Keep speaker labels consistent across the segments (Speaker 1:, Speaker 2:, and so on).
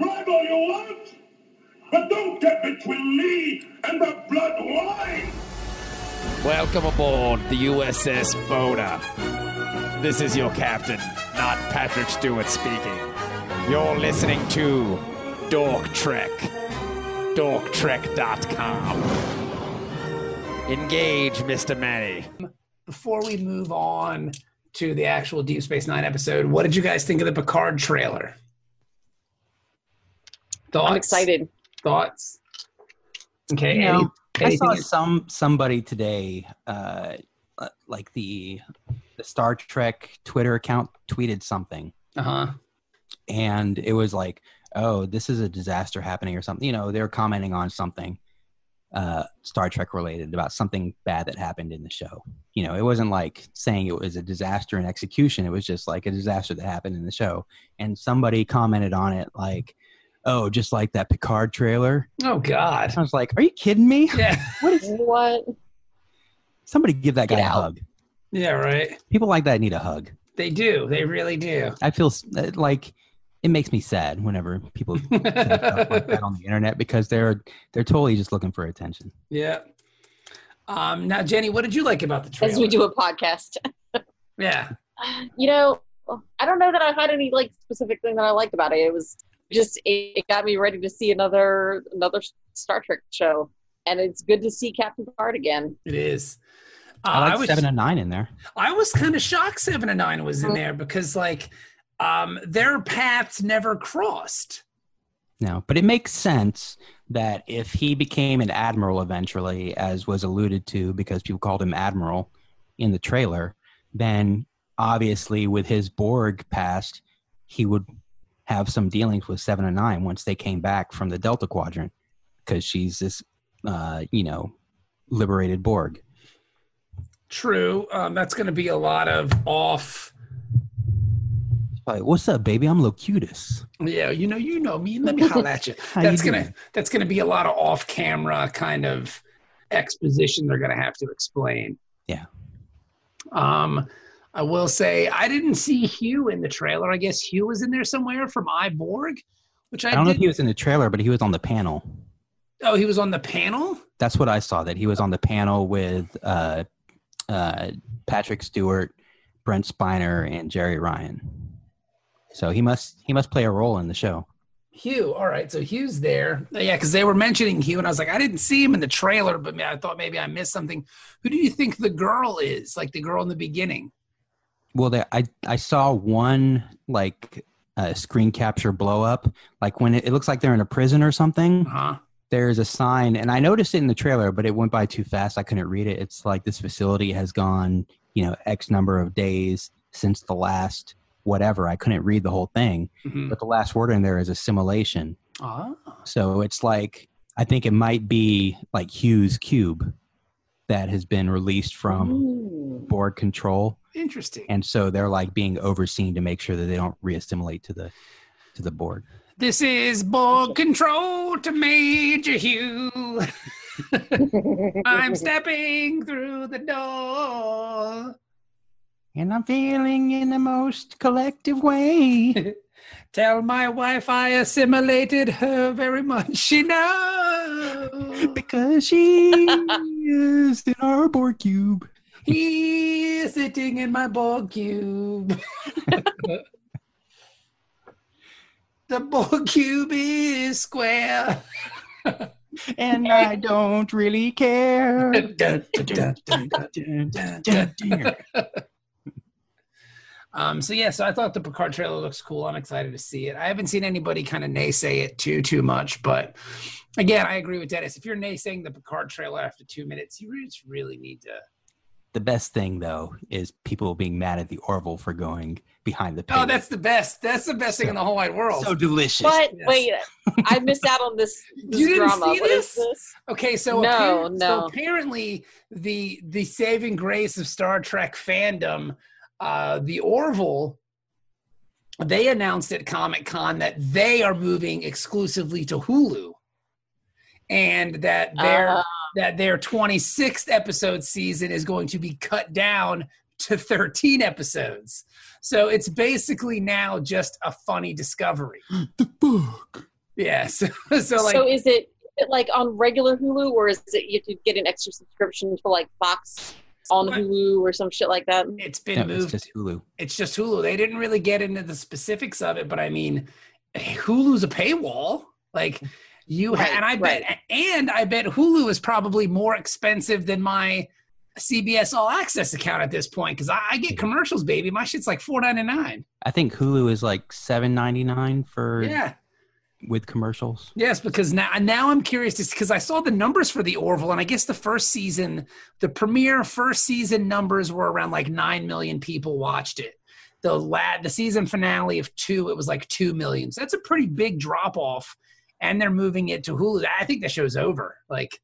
Speaker 1: all you want, but don't get between me and the blood wine.
Speaker 2: Welcome aboard the USS Boda. This is your captain, not Patrick Stewart speaking. You're listening to Dork Trek. DorkTrek.com. Engage, Mr. Manny.
Speaker 3: Before we move on to the actual Deep Space Nine episode, what did you guys think of the Picard trailer? Thoughts?
Speaker 4: I'm excited.
Speaker 3: Thoughts? Okay.
Speaker 5: No.
Speaker 3: any-
Speaker 5: I
Speaker 3: anything
Speaker 5: saw some somebody today, uh, uh, like the the Star Trek Twitter account tweeted something,
Speaker 3: Uh huh.
Speaker 5: and it was like, "Oh, this is a disaster happening" or something. You know, they were commenting on something uh, Star Trek related about something bad that happened in the show. You know, it wasn't like saying it was a disaster in execution. It was just like a disaster that happened in the show, and somebody commented on it like, "Oh, just like that Picard trailer."
Speaker 3: Oh God.
Speaker 5: I was like, "Are you kidding me?"
Speaker 3: Yeah.
Speaker 4: What?
Speaker 5: Somebody give that guy
Speaker 4: Get
Speaker 5: a
Speaker 4: out.
Speaker 5: hug.
Speaker 3: Yeah. Right.
Speaker 5: People like that need a hug.
Speaker 3: They do. They really do.
Speaker 5: I feel s- uh, like it makes me sad whenever people say stuff like that on the internet because they're they're totally just looking for attention.
Speaker 3: yeah. Um. Now, Jenny, what did you like about the trailer?
Speaker 4: As we do a podcast.
Speaker 3: Yeah.
Speaker 4: You know, I don't know that I had any like specific thing that I liked about it. It was just it, it got me ready to see another another Star Trek show, and it's good to see Captain Picard again.
Speaker 3: It is. Uh,
Speaker 5: I like
Speaker 3: was
Speaker 5: seven and nine in there.
Speaker 3: I was kind of shocked seven and nine was in
Speaker 5: Uh-huh.
Speaker 4: Mhm.
Speaker 3: there because like um their paths never crossed.
Speaker 5: No, but it makes sense that if he became an admiral eventually, as was alluded to, because people called him admiral in the trailer, then obviously with his Borg past, he would have some dealings with Seven and Nine once they came back from the Delta Quadrant, because she's this, uh, you know, liberated Borg.
Speaker 3: True. Um, that's going to be a lot of off.
Speaker 5: She's probably, What's up, baby? I'm Locutus.
Speaker 3: Yeah, you know, you know me. Let me holler at you.
Speaker 5: How you
Speaker 3: That's
Speaker 5: doing?
Speaker 3: gonna that's gonna be a lot of off camera kind of exposition. They're gonna have to explain.
Speaker 5: Yeah.
Speaker 3: Um, I will say I didn't see Hugh in the trailer. I guess Hugh was in there somewhere from iBorg, which I,
Speaker 5: I don't know if
Speaker 3: did.
Speaker 5: he was in the trailer, but he was on the panel.
Speaker 3: oh, he was on the panel.
Speaker 5: that's what I saw. That he was on the panel with uh, uh, Patrick Stewart, Brent Spiner, and Jerry Ryan. So he must he must play a role in the show.
Speaker 3: Hugh. All right, so Hugh's there. Uh, Yeah, because they were mentioning Hugh, and I was like, I didn't see him in the trailer, but I thought maybe I missed something. Who do you think the girl is? Like the girl in the beginning?
Speaker 5: Well, there, I I saw one like uh, screen capture blow up, like when it, it looks like they're in a prison or something.
Speaker 3: Huh?
Speaker 5: There's a sign, and I noticed it in the trailer, but it went by too fast. I couldn't read it. It's like this facility has gone, you know, X number of days since the last whatever. I couldn't read the whole thing,
Speaker 3: Mhm.
Speaker 5: but the last word in there is assimilation.
Speaker 3: Ah.
Speaker 5: So it's like I think it might be like Hughes Cube that has been released
Speaker 4: Mm-hmm.
Speaker 5: from
Speaker 4: Ooh.
Speaker 5: board control,
Speaker 3: Interesting.
Speaker 5: and so they're like being overseen to make sure that they don't reassimilate to the to the board.
Speaker 3: This is Borg Control to Major Hugh. I'm stepping through the door.
Speaker 5: And I'm feeling in the most collective way.
Speaker 3: Tell my wife I assimilated her very much. She knows.
Speaker 5: Because she is in our board cube.
Speaker 3: He's sitting in my ball cube. the ball cube is square.
Speaker 5: And I don't really care.
Speaker 3: um, so yeah, so I thought the Picard trailer looks cool. I'm excited to see it. I haven't seen anybody kind of naysay it too too much, but again, I agree with Dennis. If you're naysaying the Picard trailer after two minutes, you just really need to.
Speaker 5: The best thing though is people being mad at the Orville for going behind the paywall.
Speaker 3: Oh, that's the best. That's the best thing in the whole wide world.
Speaker 5: so delicious.
Speaker 4: But
Speaker 3: Yes.
Speaker 4: wait, I missed out on this, this
Speaker 3: You didn't
Speaker 4: drama.
Speaker 3: see
Speaker 4: What
Speaker 3: this?
Speaker 4: is this?
Speaker 3: Okay, so,
Speaker 4: No,
Speaker 3: apparent- so
Speaker 4: no.
Speaker 3: apparently the the saving grace of Star Trek fandom, uh, the Orville, they announced at Comic Con that they are moving exclusively to Hulu, and that their
Speaker 4: Uh,
Speaker 3: that their twenty sixth episode season is going to be cut down to thirteen episodes. So it's basically now just a funny discovery.
Speaker 5: the book.
Speaker 3: Yeah. So, so like,
Speaker 4: so is it like on regular Hulu, or is it you have to get an extra subscription for like Fox on
Speaker 3: What?
Speaker 4: Hulu or some shit like that?
Speaker 3: it's
Speaker 5: No,
Speaker 3: been
Speaker 5: it's
Speaker 3: moved.
Speaker 5: just Hulu.
Speaker 3: It's just Hulu. They didn't really get into the specifics of it, but I mean, Hulu's a paywall. Like you ha-
Speaker 4: Right,
Speaker 3: and I bet and I bet Hulu is probably more expensive than my CBS All Access account at this point because I, I get commercials, baby. My shit's like four ninety nine.
Speaker 5: I think Hulu is like seven ninety nine for
Speaker 3: Yeah.
Speaker 5: with commercials.
Speaker 3: Yes, because now now I'm curious because I saw the numbers for the Orville, and I guess the first season, the premiere first season numbers were around like nine million people watched it. The la- the season finale of two, it was like two million. So that's a pretty big drop off, and they're moving it to Hulu. I think the show's over. Like,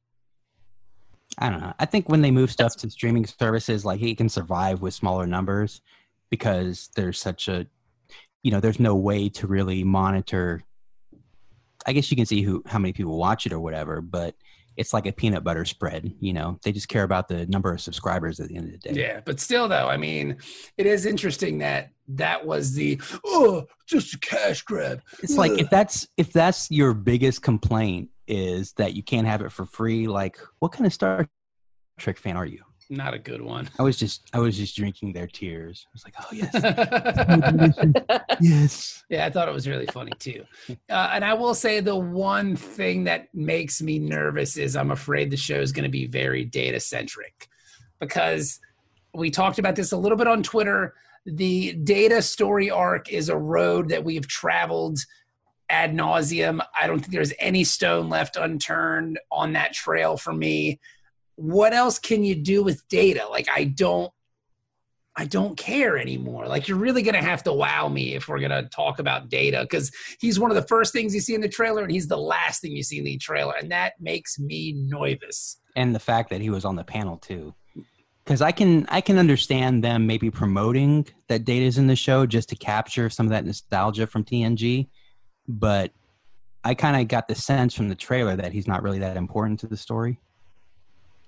Speaker 5: I don't know. I think when they move stuff to streaming services, like it can survive with smaller numbers because there's such a, you know, there's no way to really monitor. I guess you can see who how many people watch it or whatever, but it's like a peanut butter spread. You know, they just care about the number of subscribers at the end of the day.
Speaker 3: yeah, but still though, I mean, it is interesting that that was the oh, just a cash grab.
Speaker 5: It's like if that's if that's your biggest complaint is that you can't have it for free. Like, what kind of Star Trek fan are you?
Speaker 3: Not a good one.
Speaker 5: I was just I was just drinking their tears. I was like, oh yes,
Speaker 3: yeah,
Speaker 5: yes.
Speaker 3: I thought it was really funny too. Uh, and I will say the one thing that makes me nervous is I'm afraid the show is going to be very data centric because we talked about this a little bit on Twitter. The data story arc is a road that we've traveled ad nauseum. I don't think there's any stone left unturned on that trail for me. What else can you do with data? Like I don't I don't care anymore. Like you're really gonna have to wow me if we're gonna talk about data because he's one of the first things you see in the trailer and he's the last thing you see in the trailer, and that makes me nervous.
Speaker 5: and the fact that he was on the panel too because i can i can understand them maybe promoting that data's in the show just to capture some of that nostalgia from tng but i kind of got the sense from the trailer that he's not really that important to the story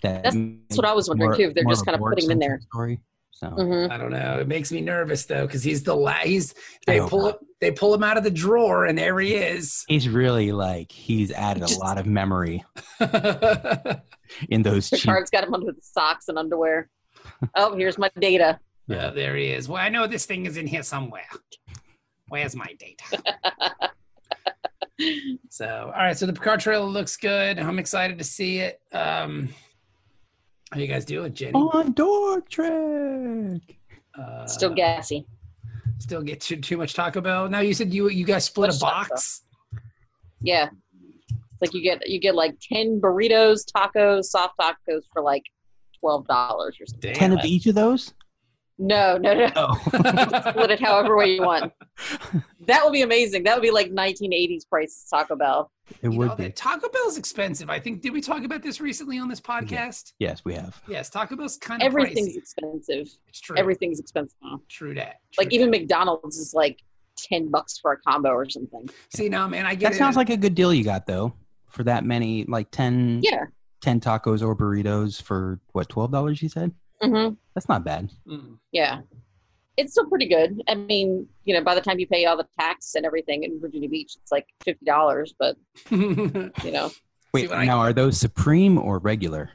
Speaker 5: that
Speaker 4: That's what I was wondering, too, if they're just kinda putting him in there.
Speaker 5: story so
Speaker 4: hmm
Speaker 3: I don't know. It makes me nervous though because he's the last. He's
Speaker 5: I
Speaker 3: they
Speaker 5: hope
Speaker 3: pull
Speaker 5: not.
Speaker 3: it. They pull him out of the drawer, and there he is.
Speaker 5: he's really like he's added a
Speaker 4: Just-
Speaker 5: lot of memory
Speaker 3: yeah,
Speaker 5: in those cheap,
Speaker 4: Picard's got him under the socks and underwear. oh, here's my data.
Speaker 3: Oh, there he is. Well, I know this thing is in here somewhere. Where's my data? So, all right. So the Picard trailer looks good. I'm excited to see it. Um, how you guys doing, Jenny?
Speaker 5: on Dork Trek.
Speaker 3: Uh,
Speaker 4: Still gassy.
Speaker 3: Still get too, too much Taco Bell. Now you said you you guys split a
Speaker 4: Much Taco
Speaker 3: box.
Speaker 4: Yeah. It's like you get you get like ten burritos, tacos, soft tacos for like twelve dollars or something.
Speaker 3: Damn.
Speaker 5: Ten of each of those?
Speaker 4: No, no, no.
Speaker 5: Oh,
Speaker 4: Split it however way you want. That would be amazing. That would be like 1980s prices Taco Bell.
Speaker 5: it
Speaker 3: You know
Speaker 5: would
Speaker 3: that
Speaker 5: be.
Speaker 3: Taco Bell's expensive. I think did we talk about this recently on this podcast?
Speaker 5: Yes, we have.
Speaker 3: Yes, Taco Bell's kind of
Speaker 4: Everything's
Speaker 3: pricey.
Speaker 4: expensive.
Speaker 3: It's true.
Speaker 4: Everything's expensive. now.
Speaker 3: True that.
Speaker 4: Like
Speaker 3: True
Speaker 4: even McDonald's is like 10 bucks for a combo or something.
Speaker 3: that. see now, man. I get
Speaker 5: That
Speaker 3: it.
Speaker 5: sounds like a good deal you got though. For that many, like 10,
Speaker 4: Yeah.
Speaker 5: 10 tacos or burritos for what twelve dollars? You said
Speaker 4: hmm
Speaker 5: that's not bad.
Speaker 3: Mm.
Speaker 4: Yeah. It's still pretty good. I mean, you know, by the time you pay all the tax and everything in Virginia Beach, it's like $50, but,
Speaker 3: Mm.
Speaker 4: you know,
Speaker 5: Wait,
Speaker 3: what I-
Speaker 5: now are those supreme or regular?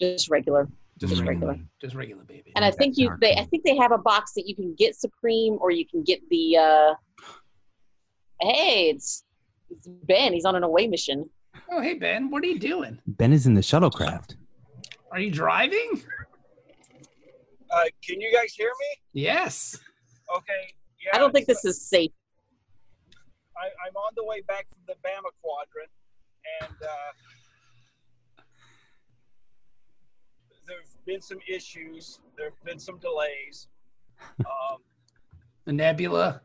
Speaker 4: just regular.
Speaker 3: just
Speaker 4: Mm.
Speaker 3: regular,
Speaker 4: regular.
Speaker 3: just regular, baby.
Speaker 4: And I
Speaker 5: That
Speaker 4: think you
Speaker 5: sounds
Speaker 4: they
Speaker 5: good.
Speaker 4: I think they have a box that you can get Supreme or you can get the uh Hey, it's, it's Ben. He's on an away mission.
Speaker 3: Oh, hey Ben, what are you doing?
Speaker 5: Ben is in the shuttlecraft.
Speaker 3: Are you driving?
Speaker 6: Uh, can you guys hear me?
Speaker 3: Yes.
Speaker 6: Okay. Yeah.
Speaker 4: I don't think this is safe.
Speaker 6: I, I'm on the way back from the Bama Quadrant, and uh, there've been some issues. There've been some delays. Um,
Speaker 3: The Nebula.
Speaker 6: uh,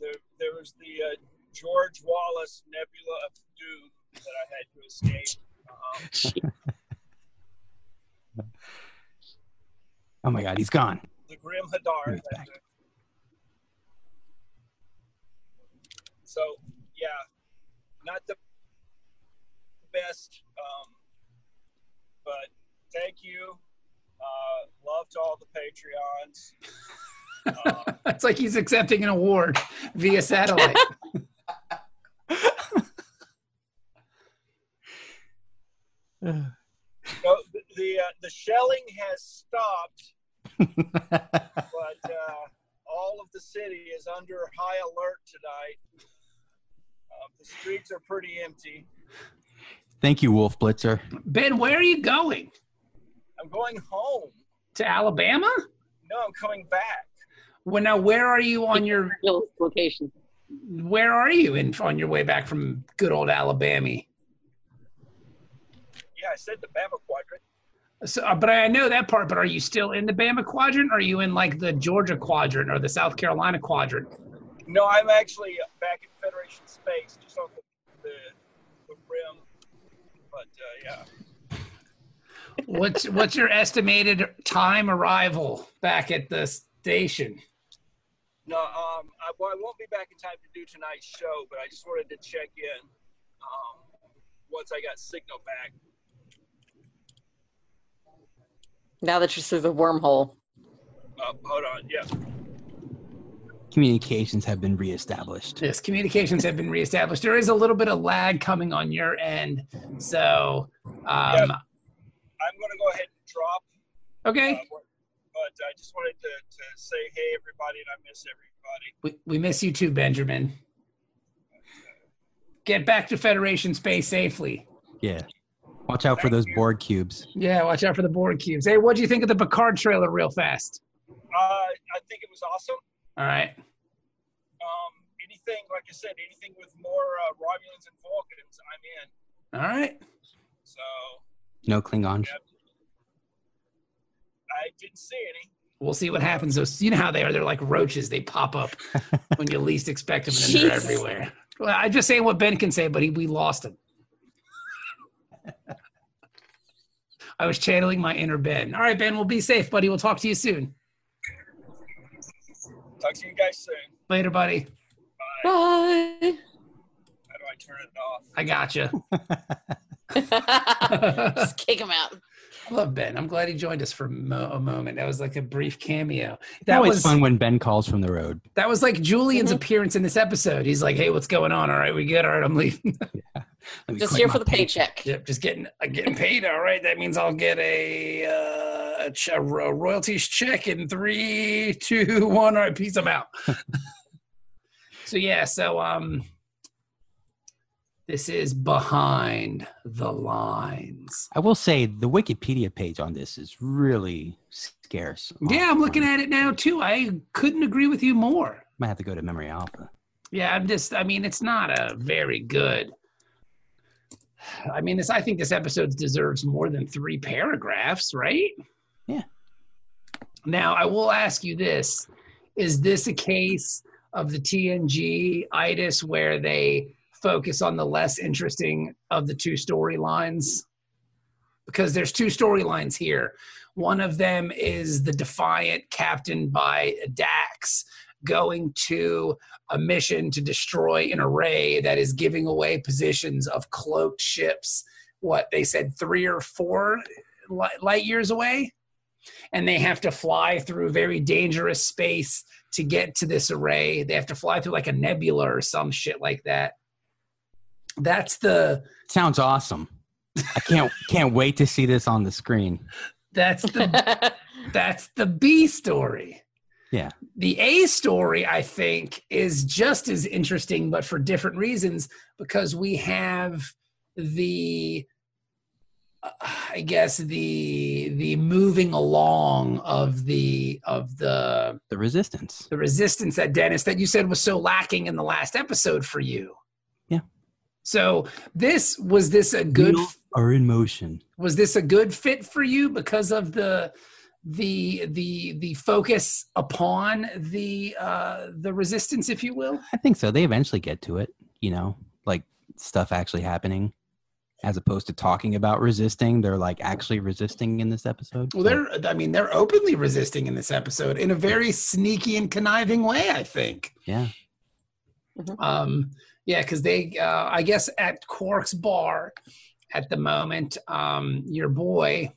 Speaker 6: there, there was the uh, George Wallace Nebula of Doom that I had to escape. Um,
Speaker 5: Oh my God, he's gone.
Speaker 6: the Grim Hadar.
Speaker 5: He's back.
Speaker 6: So yeah, not the best, um, but thank you. Uh, love to all the Patreons. Uh,
Speaker 3: It's like he's accepting an award via satellite.
Speaker 6: so the the, uh, the shelling has stopped, but uh, all of the city is under high alert tonight. Uh, the streets are pretty empty.
Speaker 5: Thank you, Wolf Blitzer.
Speaker 3: ben, where are you going?
Speaker 6: I'm going home.
Speaker 3: To Alabama?
Speaker 6: No, I'm coming back.
Speaker 3: Well, now where are you on your
Speaker 4: Real location.
Speaker 3: where are you in on your way back from good old Alabama?
Speaker 6: Yeah, I said the Bama quadrant.
Speaker 3: So, uh, but I know that part. But are you still in the Bama quadrant? Or are you in like the Georgia quadrant or the South Carolina quadrant?
Speaker 6: No, I'm actually back in Federation space, just on the, the, the rim. But uh, yeah,
Speaker 3: What's what's your estimated time arrival back at the station?
Speaker 6: no, um, I, well, I won't be back in time to do tonight's show, but I just wanted to check in um, once I got signal back.
Speaker 4: Now that you're through the wormhole.
Speaker 6: Uh, hold on, yeah.
Speaker 5: Communications have been reestablished.
Speaker 3: Yes, communications have been reestablished. There is a little bit of lag coming on your end, so um,
Speaker 6: I'm going to go ahead and drop.
Speaker 3: okay,
Speaker 6: Uh, but I just wanted to, to say, hey, everybody, and I miss everybody.
Speaker 3: we, we miss you too, Benjamin. Get back to Federation space safely.
Speaker 5: Yeah. Watch out for those board cubes.
Speaker 3: Yeah, watch out for the board cubes. Hey, what do you think of the Picard trailer? Real fast.
Speaker 6: Uh, I think it was awesome.
Speaker 3: All right.
Speaker 6: Um, anything, like I said, anything with more uh, Romulans and Vulcans, I'm in.
Speaker 3: All right.
Speaker 6: So
Speaker 5: No Klingons.
Speaker 6: I didn't see any.
Speaker 3: We'll see what happens. So you know how they are. They're like roaches. They pop up when you least expect them, and then they're
Speaker 4: Jesus.
Speaker 3: everywhere. Well, I just say what Ben can say, but he, we lost him. I was channeling my inner Ben. All right, Ben, we'll be safe, buddy. We'll talk to you soon.
Speaker 6: Talk to you guys soon.
Speaker 3: Later, buddy.
Speaker 6: Bye.
Speaker 4: Bye.
Speaker 6: How do I turn it off?
Speaker 3: I gotcha.
Speaker 4: Just
Speaker 3: I
Speaker 4: kick him out.
Speaker 3: love Ben. I'm glad he joined us for mo- a moment. That was like a brief cameo.
Speaker 5: That
Speaker 3: That
Speaker 5: Always
Speaker 3: was
Speaker 5: fun Mm-hmm. when Ben calls from the road.
Speaker 3: that was like Julian's
Speaker 4: Mhm.
Speaker 3: appearance in this episode. He's like, "Hey, what's going on? All right, we good? All right, I'm leaving."
Speaker 5: Let me
Speaker 4: Just
Speaker 5: click
Speaker 4: here
Speaker 5: my
Speaker 4: for the
Speaker 5: page.
Speaker 4: paycheck.
Speaker 3: Yep, just getting uh, getting paid. All right, that means I'll get a, uh, a, ch- a ro- royalties check in three, two, one. All right, peace. I'm out. so yeah, so um, this is behind the lines.
Speaker 5: I will say the Wikipedia page on this is really scarce.
Speaker 3: Yeah, I'm looking at it now too. I couldn't agree with you more.
Speaker 5: Might have to go to Memory Alpha.
Speaker 3: Yeah, I'm just. I mean, it's not a very good. I mean, this. I think this episode deserves more than three paragraphs, right?
Speaker 5: Yeah.
Speaker 3: Now, I will ask you this: Is this a case of the TNG itis where they focus on the less interesting of the two storylines? Because there's two storylines here. One of them is the Defiant, captained by Dax, going to a mission to destroy an array that is giving away positions of cloaked ships. What they said, three or four li- light years away, and they have to fly through very dangerous space to get to this array. They have to fly through like a nebula or some shit like that. That's the
Speaker 5: Sounds awesome. I can't can't wait to see this on the screen.
Speaker 3: that's the That's the B story.
Speaker 5: Yeah.
Speaker 3: The A story, I think, is just as interesting, but for different reasons, because we have the, uh, I guess the the moving along of the of the
Speaker 5: The Resistance.
Speaker 3: the resistance that Dennis that you said was so lacking in the last episode for you.
Speaker 5: Yeah.
Speaker 3: So this was this a good
Speaker 5: Wheels are in motion.
Speaker 3: was this a good fit for you because of the the the the focus upon the uh the resistance if you will
Speaker 5: I think so. They eventually get to it. You know, like stuff actually happening, as opposed to talking about resisting. They're like actually resisting in this episode.
Speaker 3: well they're i mean they're openly resisting in this episode in a very sneaky and conniving way i think
Speaker 5: yeah.
Speaker 3: um yeah because they uh i guess at quark's bar at the moment um your boy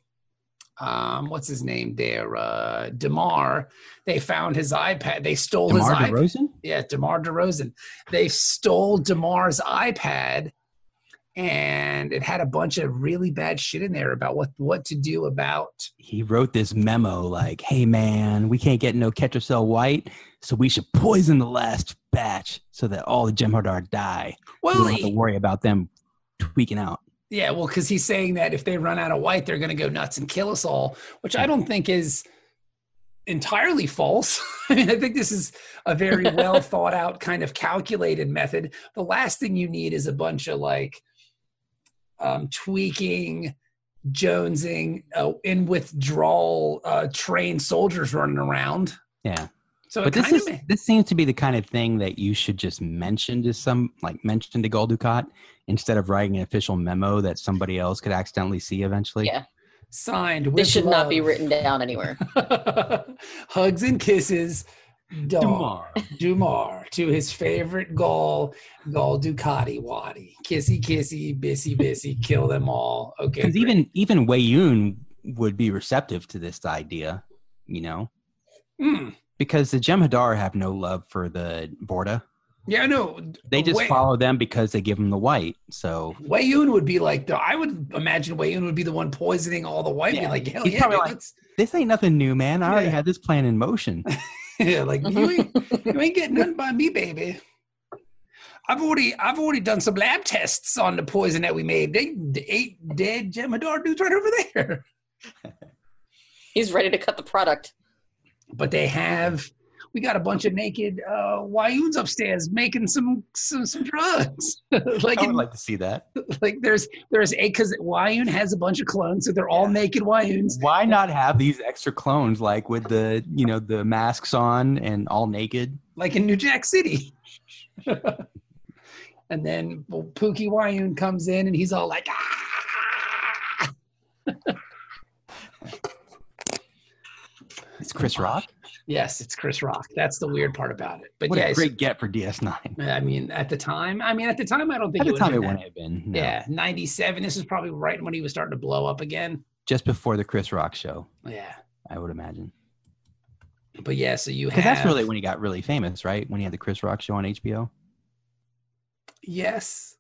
Speaker 3: um, what's his name there, uh, Demar. They found his iPad. They stole his
Speaker 5: DeMar
Speaker 3: iPad.
Speaker 5: DeRozan?
Speaker 3: Yeah, DeMar DeRozan. They stole DeMar's iPad and it had a bunch of really bad shit in there about what what to do about
Speaker 5: He wrote this memo like, hey, man, we can't get no catch or sell white, so we should poison the last batch so that all the Jem'Hadar die. We
Speaker 3: well
Speaker 5: don't have to
Speaker 3: he-
Speaker 5: worry about them tweaking out.
Speaker 3: yeah well because he's saying that if they run out of white they're going to go nuts and kill us all which
Speaker 4: Hmm.
Speaker 3: i don't think is entirely false i mean i think this is a very well thought out kind of calculated method the last thing you need is a bunch of like um, tweaking jonesing uh, in withdrawal uh, trained soldiers running around
Speaker 5: Yeah.
Speaker 3: so
Speaker 5: But
Speaker 3: it
Speaker 5: this
Speaker 3: kind
Speaker 5: is
Speaker 3: of
Speaker 5: this seems to be the kind of thing that you should just mention to some like mention to Gul Dukat instead of writing an official memo that somebody else could accidentally see eventually.
Speaker 4: Yeah.
Speaker 3: signed with
Speaker 4: This should not be
Speaker 3: love.
Speaker 4: written down anywhere.
Speaker 3: Hugs and kisses, Dumar.
Speaker 5: Tomorrow.
Speaker 3: Dumar to his favorite Gaul, Gaul Ducati Wadi. Kissy, kissy, bissy, bissy, kill them all. Okay.
Speaker 5: Because
Speaker 3: great.
Speaker 5: even even Wayoon would be receptive to this idea, you know,
Speaker 3: Mm.
Speaker 5: because the Jem'Hadar have no love for the Borda.
Speaker 3: yeah, no,
Speaker 5: They just
Speaker 3: Way-
Speaker 5: follow them because they give them the white. So
Speaker 3: Wayoon would be like the. I would imagine Wayoon would be the one poisoning all the white. men.
Speaker 5: Yeah.
Speaker 3: Like hell
Speaker 5: He's
Speaker 3: yeah,
Speaker 5: probably
Speaker 3: dude,
Speaker 5: like-
Speaker 3: let's-
Speaker 5: this ain't nothing new, man. I already
Speaker 3: Yeah.
Speaker 5: had this plan in motion.
Speaker 3: yeah, like you ain't, you ain't getting nothing by me, baby. I've already I've already done some lab tests on the poison that we made. They they ate dead Jemadar dudes right over there.
Speaker 4: He's ready to cut the product.
Speaker 3: but they have we got a bunch of naked uh Wyoons upstairs making some some, some drugs. like
Speaker 5: I would
Speaker 3: in,
Speaker 5: like to see that.
Speaker 3: like there's there's a because Wyoon has a bunch of clones, so they're all naked Wyoons.
Speaker 5: Why not have these extra clones, like with the you know the masks on and all naked?
Speaker 3: like in New Jack City. and then well, Pookie Wyoon comes in and he's all like, "Ah!"
Speaker 5: It's Chris Rock.
Speaker 3: yes, it's Chris Rock. That's the weird part about it. But
Speaker 5: What
Speaker 3: yeah,
Speaker 5: a
Speaker 3: it's-
Speaker 5: great get for DS9.
Speaker 3: I mean, at the time, I mean, at the time, I don't think
Speaker 5: At the
Speaker 3: would
Speaker 5: time,
Speaker 3: have
Speaker 5: it
Speaker 3: been
Speaker 5: wouldn't have been.
Speaker 3: that-
Speaker 5: no.
Speaker 3: Yeah, ninety-seven. This is probably right when he was starting to blow up again.
Speaker 5: Just before the Chris Rock show,
Speaker 3: Yeah,
Speaker 5: I would imagine.
Speaker 3: but yeah, so you have
Speaker 5: Because that's really when he got really famous, right? When he had the Chris Rock show on HBO.
Speaker 3: yes,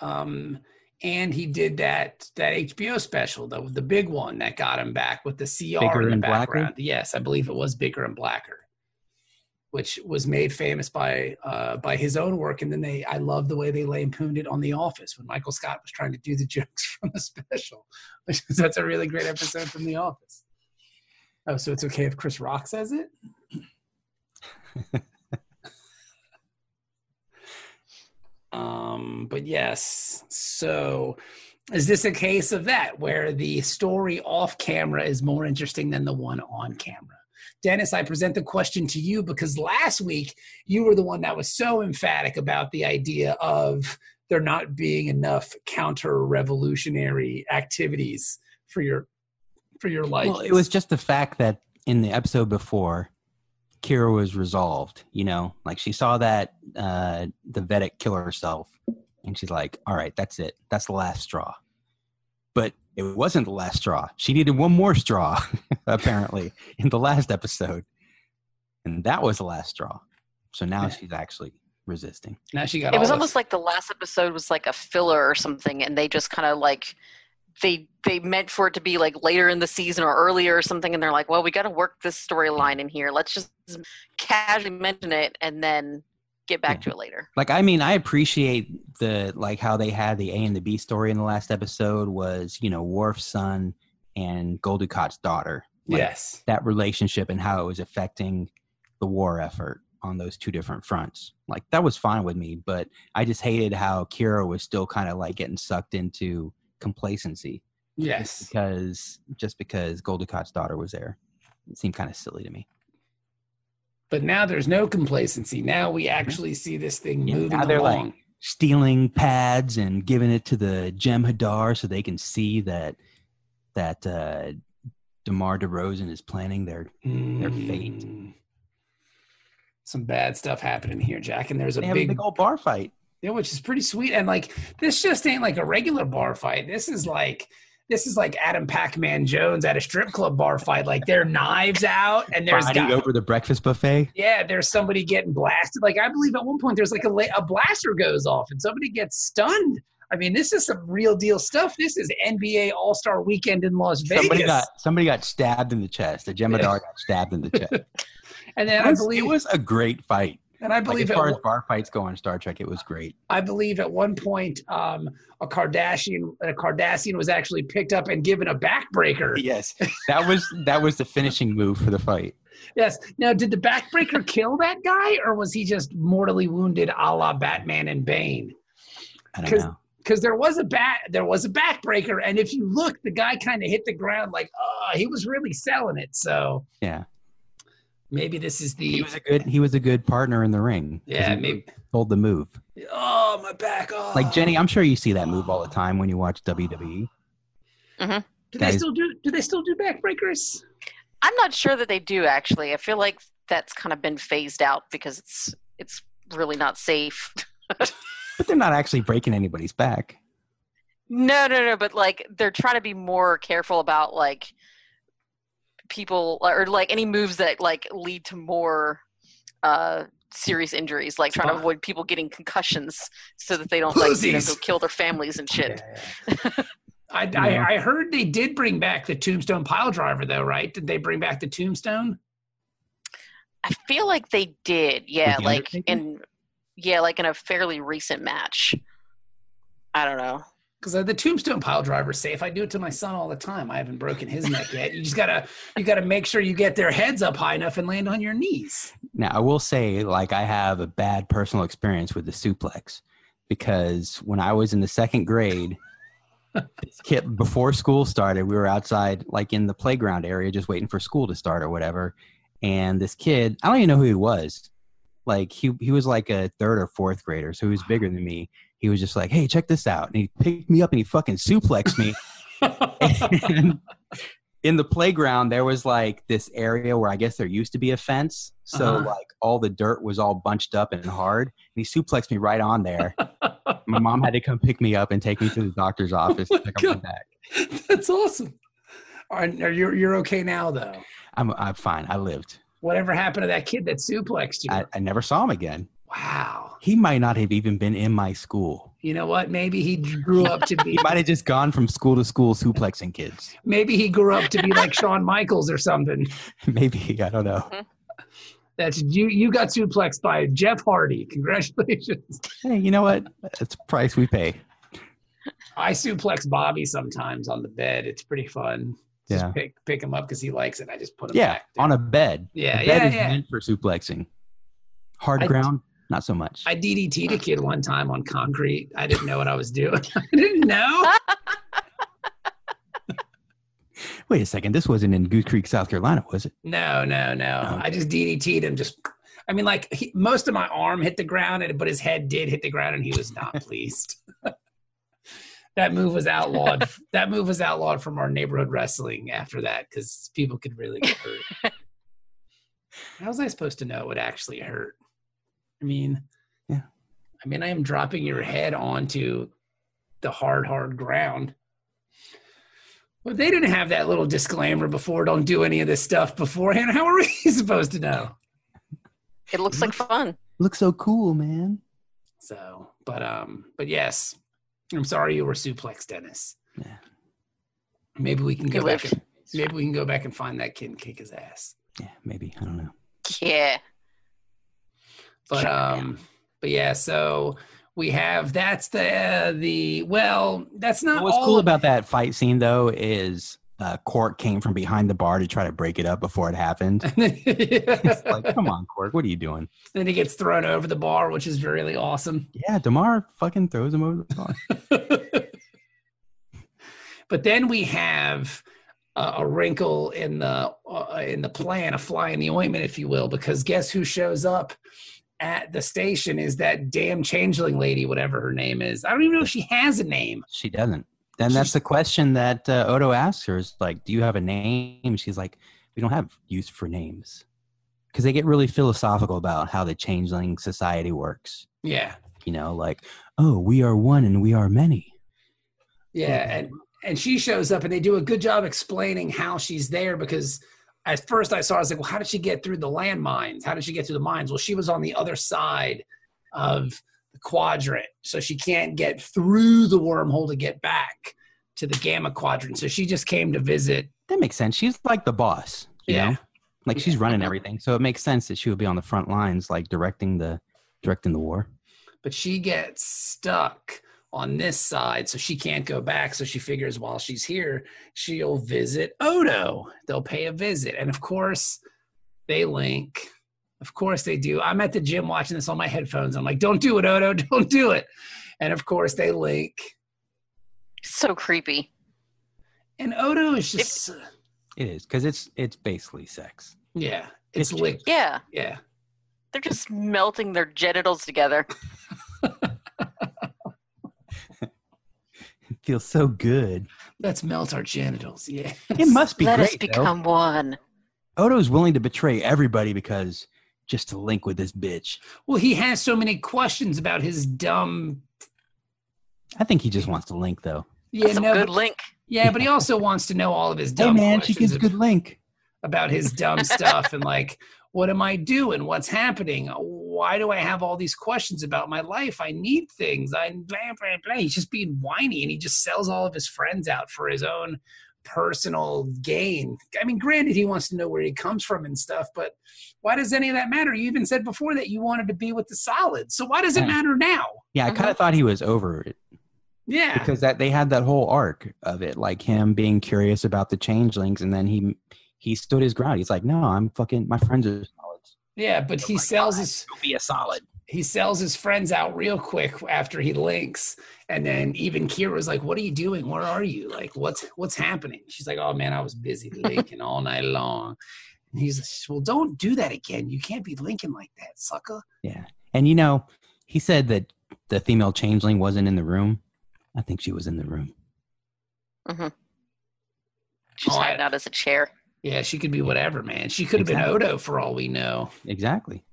Speaker 3: um, and he did that that HBO special, the the big one that got him back with the CR
Speaker 5: Bigger
Speaker 3: in the
Speaker 5: and Blacker?
Speaker 3: background. Yes, I believe it was bigger and blacker, which was made famous by uh, by his own work. And then they, I love the way they lampooned it on The Office when Michael Scott was trying to do the jokes from the special. Which is, that's a really great episode from The Office. Oh, so it's okay if Chris Rock says it. Um, but yes, so is this a case of that where the story off camera is more interesting than the one on camera? Dennis, I present the question to you because last week you were the one that was so emphatic about the idea of there not being enough counter revolutionary activities for your for your life.
Speaker 5: Well, it was just the fact that in the episode before, Kira was resolved. You know, like she saw that uh, the Vedic kill herself, and she's like, "All right, that's it. That's the last straw." But it wasn't the last straw. She needed one more straw, apparently, in the last episode, and that was the last straw. So now
Speaker 3: Yeah.
Speaker 5: she's actually resisting.
Speaker 3: now she got
Speaker 7: It was
Speaker 3: all
Speaker 7: almost
Speaker 3: this-
Speaker 7: like the last episode was like a filler or something, and they just kind of like they they meant for it to be like later in the season or earlier or something, and they're like, well, we got to work this storyline in here. Let's just casually mention it and then get back to it later.
Speaker 5: like i mean i appreciate the like how they had the a and the b story in the last episode was you know Worf's son and golducat's daughter like,
Speaker 3: yes.
Speaker 5: that relationship and how it was affecting the war effort on those two different fronts like that was fine with me but i just hated how kira was still kind of like getting sucked into complacency
Speaker 3: Yes.
Speaker 5: because just because golducat's daughter was there it seemed kind of silly to me
Speaker 3: But now there's no complacency. Now we actually see this thing
Speaker 5: Mm-hmm. Yeah,
Speaker 3: moving
Speaker 5: now they're like-
Speaker 3: along.
Speaker 5: stealing pads and giving it to the Jem'Hadar so they can see that that uh, Demar Derozan is planning their. They're fate.
Speaker 3: Mm. Some bad stuff happening here, Jack. And there's a
Speaker 5: They have a
Speaker 3: big,
Speaker 5: big old bar fight.
Speaker 3: yeah, which is pretty sweet. And like, this just ain't like a regular bar fight. This is like, This is like Adam Pac-Man Jones at a strip club bar fight. Like there are knives out, and there's
Speaker 5: Fighting
Speaker 3: guy-
Speaker 5: over the breakfast buffet.
Speaker 3: yeah, there's somebody getting blasted. Like I believe at one point there's like a la- a blaster goes off and somebody gets stunned. I mean, this is some real deal stuff. This is NBA All Star Weekend in Las Vegas.
Speaker 5: Somebody got somebody got stabbed in the chest. The Jemadar got stabbed in the chest.
Speaker 3: and then
Speaker 5: It
Speaker 3: I
Speaker 5: was-
Speaker 3: believe,
Speaker 5: it was a great fight.
Speaker 3: and I
Speaker 5: Like,
Speaker 3: believe
Speaker 5: as
Speaker 3: at
Speaker 5: far
Speaker 3: one-
Speaker 5: as bar fights go on Star Trek, it was great.
Speaker 3: I believe at one point um, a Kardashian a Cardassian was actually picked up and given a backbreaker.
Speaker 5: Yes, that was that was the finishing move for the fight.
Speaker 3: Yes. Now, did the backbreaker kill that guy, or was he just mortally wounded, a la Batman and Bane?
Speaker 5: I don't
Speaker 3: 'Cause-
Speaker 5: know.
Speaker 3: Because there was a bat, there was a backbreaker, and if you look, the guy kind of hit the ground like, oh, he was really selling it. So
Speaker 5: Yeah,
Speaker 3: maybe this is
Speaker 5: he
Speaker 3: the
Speaker 5: was a good he was a good partner in the ring. 'cause
Speaker 3: yeah,
Speaker 5: he
Speaker 3: maybe
Speaker 5: pulled the move.
Speaker 3: oh my back. Oh.
Speaker 5: Like Jenny, I'm sure you see that move all the time when you watch E, WWE.
Speaker 3: do they
Speaker 5: guys-
Speaker 3: still do? Do they still do backbreakers?
Speaker 7: I'm not sure that they do actually. I feel like that's kind of been phased out because it's it's really not safe.
Speaker 5: But they're not actually breaking anybody's back.
Speaker 7: No, no, no. But like they're trying to be more careful about like people or like any moves that like lead to more uh serious injuries, like trying to
Speaker 3: Ah.
Speaker 7: avoid people getting concussions so that they don't like you know, go
Speaker 3: Pussies.
Speaker 7: kill their families and shit.
Speaker 3: I,
Speaker 5: Yeah.
Speaker 3: I, I heard they did bring back the tombstone pile driver though, right? Did they bring back the tombstone?
Speaker 7: I feel like they did, yeah,
Speaker 5: The
Speaker 7: like
Speaker 5: Undertaker?
Speaker 7: in yeah, like in a fairly recent match. I don't know.
Speaker 3: Because uh, the tombstone pile driver's safe. I do it to my son all the time. I haven't broken his neck yet. You just gotta you gotta make sure you get their heads up high enough and land on your knees.
Speaker 5: Now, I will say, like, I have a bad personal experience with the suplex because when I was in the second grade, this kid, before school started, we were outside, like, in the playground area, just waiting for school to start or whatever. And this kid, I don't even know who he was. Like, he, he was like a third or fourth grader, so he was bigger than me. He was just like, hey, check this out. And he picked me up and he fucking suplexed me. And in the playground there was like this area where i guess there used to be a fence so
Speaker 3: Uh-huh.
Speaker 5: like all the dirt was all bunched up and hard and he suplexed me right on there my mom had to come pick me up and take me to the doctor's office to pick up
Speaker 3: Oh God.
Speaker 5: my back
Speaker 3: That's awesome. Are, are you you're okay now though?
Speaker 5: i'm, I'm fine i lived
Speaker 3: Whatever happened to that kid that suplexed you?
Speaker 5: I, I never saw him again
Speaker 3: wow.
Speaker 5: he might not have even been in my school
Speaker 3: You know what? Maybe he grew up to be
Speaker 5: he might have just gone from school to school suplexing kids
Speaker 3: maybe he grew up to be like Shawn Michaels or something.
Speaker 5: maybe i don't know
Speaker 3: That's you you got suplexed by Jeff Hardy. Congratulations.
Speaker 5: hey you know what that's the price we pay
Speaker 3: I suplex Bobby sometimes on the bed. It's pretty fun. Just
Speaker 5: Yeah.
Speaker 3: pick pick him up because he likes it. I just put him
Speaker 5: yeah
Speaker 3: back. there.
Speaker 5: on a bed
Speaker 3: yeah,
Speaker 5: A bed
Speaker 3: yeah,
Speaker 5: is
Speaker 3: yeah.
Speaker 5: meant for suplexing hard
Speaker 3: I-
Speaker 5: ground not so much
Speaker 3: I DDT'd a kid one time on concrete. I didn't know what I was doing. I didn't know.
Speaker 5: Wait a second. This wasn't in Goose Creek, South Carolina, was it?
Speaker 3: No, no, no.
Speaker 5: Oh, Okay.
Speaker 3: I just DDT'd him. Just, I mean, like he, most of my arm hit the ground, and but his head did hit the ground, and he was not pleased. that move was outlawed. that move was outlawed from our neighborhood wrestling after that because people could really get hurt. How was I supposed to know it would actually hurt? I mean,
Speaker 5: Yeah.
Speaker 3: I mean, I am dropping your head onto the hard, hard ground. Well, they didn't have that little disclaimer before. Don't do any of this stuff beforehand. How are we supposed to know?
Speaker 7: It looks like fun.
Speaker 5: Looks so cool, man.
Speaker 3: So, but um, but yes, I'm sorry you were suplex, Dennis.
Speaker 5: Yeah.
Speaker 3: Maybe we can
Speaker 7: He
Speaker 3: go back.
Speaker 7: lived.
Speaker 3: And, maybe we can go back and find that kid and kick his ass.
Speaker 5: Yeah, maybe. I don't know.
Speaker 7: Yeah.
Speaker 3: But
Speaker 7: Sure, yeah.
Speaker 3: um, but yeah. So we have that's the uh, the well. That's not
Speaker 5: What was
Speaker 3: all
Speaker 5: cool
Speaker 3: of-
Speaker 5: about that fight scene, though, is uh, Cork came from behind the bar to try to break it up before it happened. It's like, come on, Cork, what are you doing?
Speaker 3: then he gets thrown over the bar, which is really awesome.
Speaker 5: Yeah, Damar fucking throws him over the bar.
Speaker 3: but then we have a, a wrinkle in the uh, in the plan, a fly in the ointment, if you will, because guess who shows up at the station is that damn changeling lady, whatever her name is. I don't even know if she has a name.
Speaker 5: she doesn't. Then that's the question that uh, Odo asks her is like, do you have a name? She's like, we don't have use for names. Because they get really philosophical about how the changeling society works.
Speaker 3: Yeah,
Speaker 5: You know, like, oh, we are one and we are many.
Speaker 3: yeah, and and she shows up and they do a good job explaining how she's there because at first I saw I was like, well, how did she get through the landmines? How did she get through the mines? Well, she was on the other side of the quadrant, so she can't get through the wormhole to get back to the gamma quadrant. So she just came to visit.
Speaker 5: That makes sense. She's like the boss. You
Speaker 3: Yeah.
Speaker 5: Know? Like she's running everything. So it makes sense that she would be on the front lines, like directing the directing the war.
Speaker 3: but she gets stuck on this side, so she can't go back. So she figures while she's here, she'll visit Odo. They'll pay a visit. And of course, they link. Of course, they do. I'm at the gym watching this on my headphones. I'm like, don't do it, Odo. Don't do it. And of course, they link.
Speaker 7: So creepy.
Speaker 3: And Odo is just,
Speaker 5: It is because it's it's basically sex.
Speaker 3: yeah, it's lick.
Speaker 7: Yeah.
Speaker 3: Yeah.
Speaker 7: They're just melting their genitals together.
Speaker 5: It feels so good.
Speaker 3: Let's melt our genitals. Yeah.
Speaker 5: It must be
Speaker 7: Let
Speaker 5: great.
Speaker 7: us
Speaker 5: though.
Speaker 7: become one.
Speaker 5: Odo's willing to betray everybody because just to link with this bitch.
Speaker 3: Well, he has so many questions about his dumb.
Speaker 5: I think he just wants to link though.
Speaker 3: Yeah,
Speaker 7: That's a
Speaker 3: no,
Speaker 7: good
Speaker 3: but-
Speaker 7: link.
Speaker 3: yeah, but he also wants to know all of his dumb
Speaker 5: hey man, she
Speaker 3: questions.
Speaker 5: gives
Speaker 3: ab-
Speaker 5: good link.
Speaker 3: about his dumb stuff and like what am i doing what's happening why do i have all these questions about my life i need things i blah blah blah he's just being whiny and he just sells all of his friends out for his own personal gain i mean granted he wants to know where he comes from and stuff but why does any of that matter you even said before that you wanted to be with the solid so why does it
Speaker 5: Right.
Speaker 3: matter now
Speaker 5: Yeah, I
Speaker 7: Mhm.
Speaker 5: kind of thought he was over it
Speaker 3: Uh-huh. yeah
Speaker 5: because that they had that whole arc of it, like him being curious about the changelings, and then he he stood his ground. He's like, "No, I'm fucking my friends are solids.
Speaker 3: yeah but he sells his
Speaker 5: Don't be a solid."
Speaker 3: he sells his friends out real quick after he links and then even kira was like what are you doing where are you like what's what's happening she's like oh man i was busy linking all night long and he's like well don't do that again you can't be linking like that sucker
Speaker 5: Yeah, and you know, he said that the female changeling wasn't in the room. I think she was in the room.
Speaker 7: She's
Speaker 3: Oh, I-
Speaker 7: hiding out as a chair.
Speaker 3: yeah she could be whatever man she could have
Speaker 5: Exactly.
Speaker 3: been odo for all we know
Speaker 5: Exactly.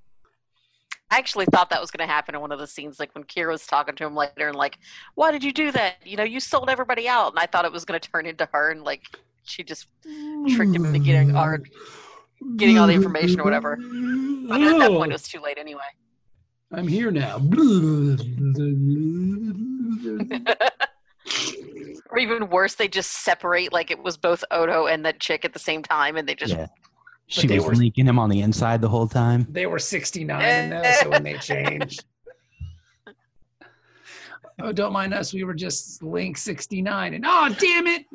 Speaker 7: I actually thought that was going to happen in one of the scenes, like when Kira was talking to him later and like, "Why did you do that? You know, you sold everybody out." And I thought it was going to turn into her and like she just tricked him into getting
Speaker 3: Mm.
Speaker 7: our getting all the information or whatever. But at that point, it was too late anyway.
Speaker 3: i'm here now
Speaker 7: Or even worse, they just separate. Like it was both Odo and that chick at the same time, and they just
Speaker 5: yeah, she
Speaker 3: they
Speaker 5: was
Speaker 3: were-
Speaker 5: linking him on the inside the whole time.
Speaker 3: They were 69 and
Speaker 7: Eh.
Speaker 3: us, so when they changed. Oh, don't mind us. We were just Link 69. And oh, damn it.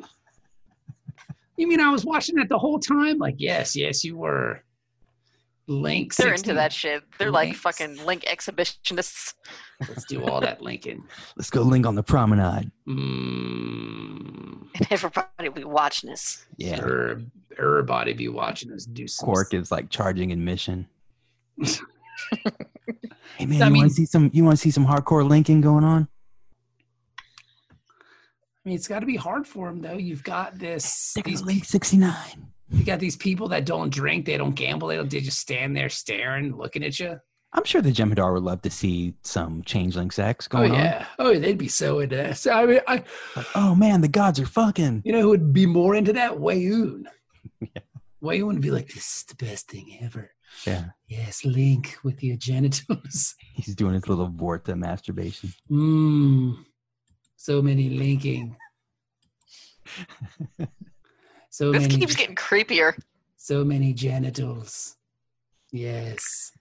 Speaker 3: You mean I was watching that the whole time? Like, yes, yes, you were. Link
Speaker 7: they're
Speaker 3: 69.
Speaker 7: into that shit. They're like
Speaker 3: Links.
Speaker 7: fucking link exhibitionists.
Speaker 3: Let's do all that linking.
Speaker 5: Let's go link on the promenade.
Speaker 3: Mm,
Speaker 7: And everybody will be watching us.
Speaker 5: Yeah,
Speaker 3: her, everybody be watching us do some
Speaker 5: Quark is like charging admission. hey
Speaker 3: I
Speaker 5: man, you
Speaker 3: mean-
Speaker 5: want to see some? You want to see some hardcore linking going on?
Speaker 3: I mean, it's got to be hard for him, though. You've got this.
Speaker 5: They're
Speaker 3: These,
Speaker 5: gonna link sixty nine.
Speaker 3: you got these people that don't drink, they don't gamble, they don't. They just stand there staring, looking at you.
Speaker 5: I'm sure the Jem'Hadar would love to see some changeling sex
Speaker 3: Oh
Speaker 5: going on.
Speaker 3: yeah. Oh, they'd be so into that. So, I mean, I,
Speaker 5: Like, oh man, the gods are fucking.
Speaker 3: you know who would be more into that? Wayoon. Wayoon would be like, "This is the best thing ever."
Speaker 5: Yeah,
Speaker 3: Yes, link with your genitals.
Speaker 5: he's doing his little vorta masturbation.
Speaker 3: Mmm. So many linking. So
Speaker 7: This
Speaker 3: many.
Speaker 7: keeps getting creepier.
Speaker 3: so many genitals. Yes.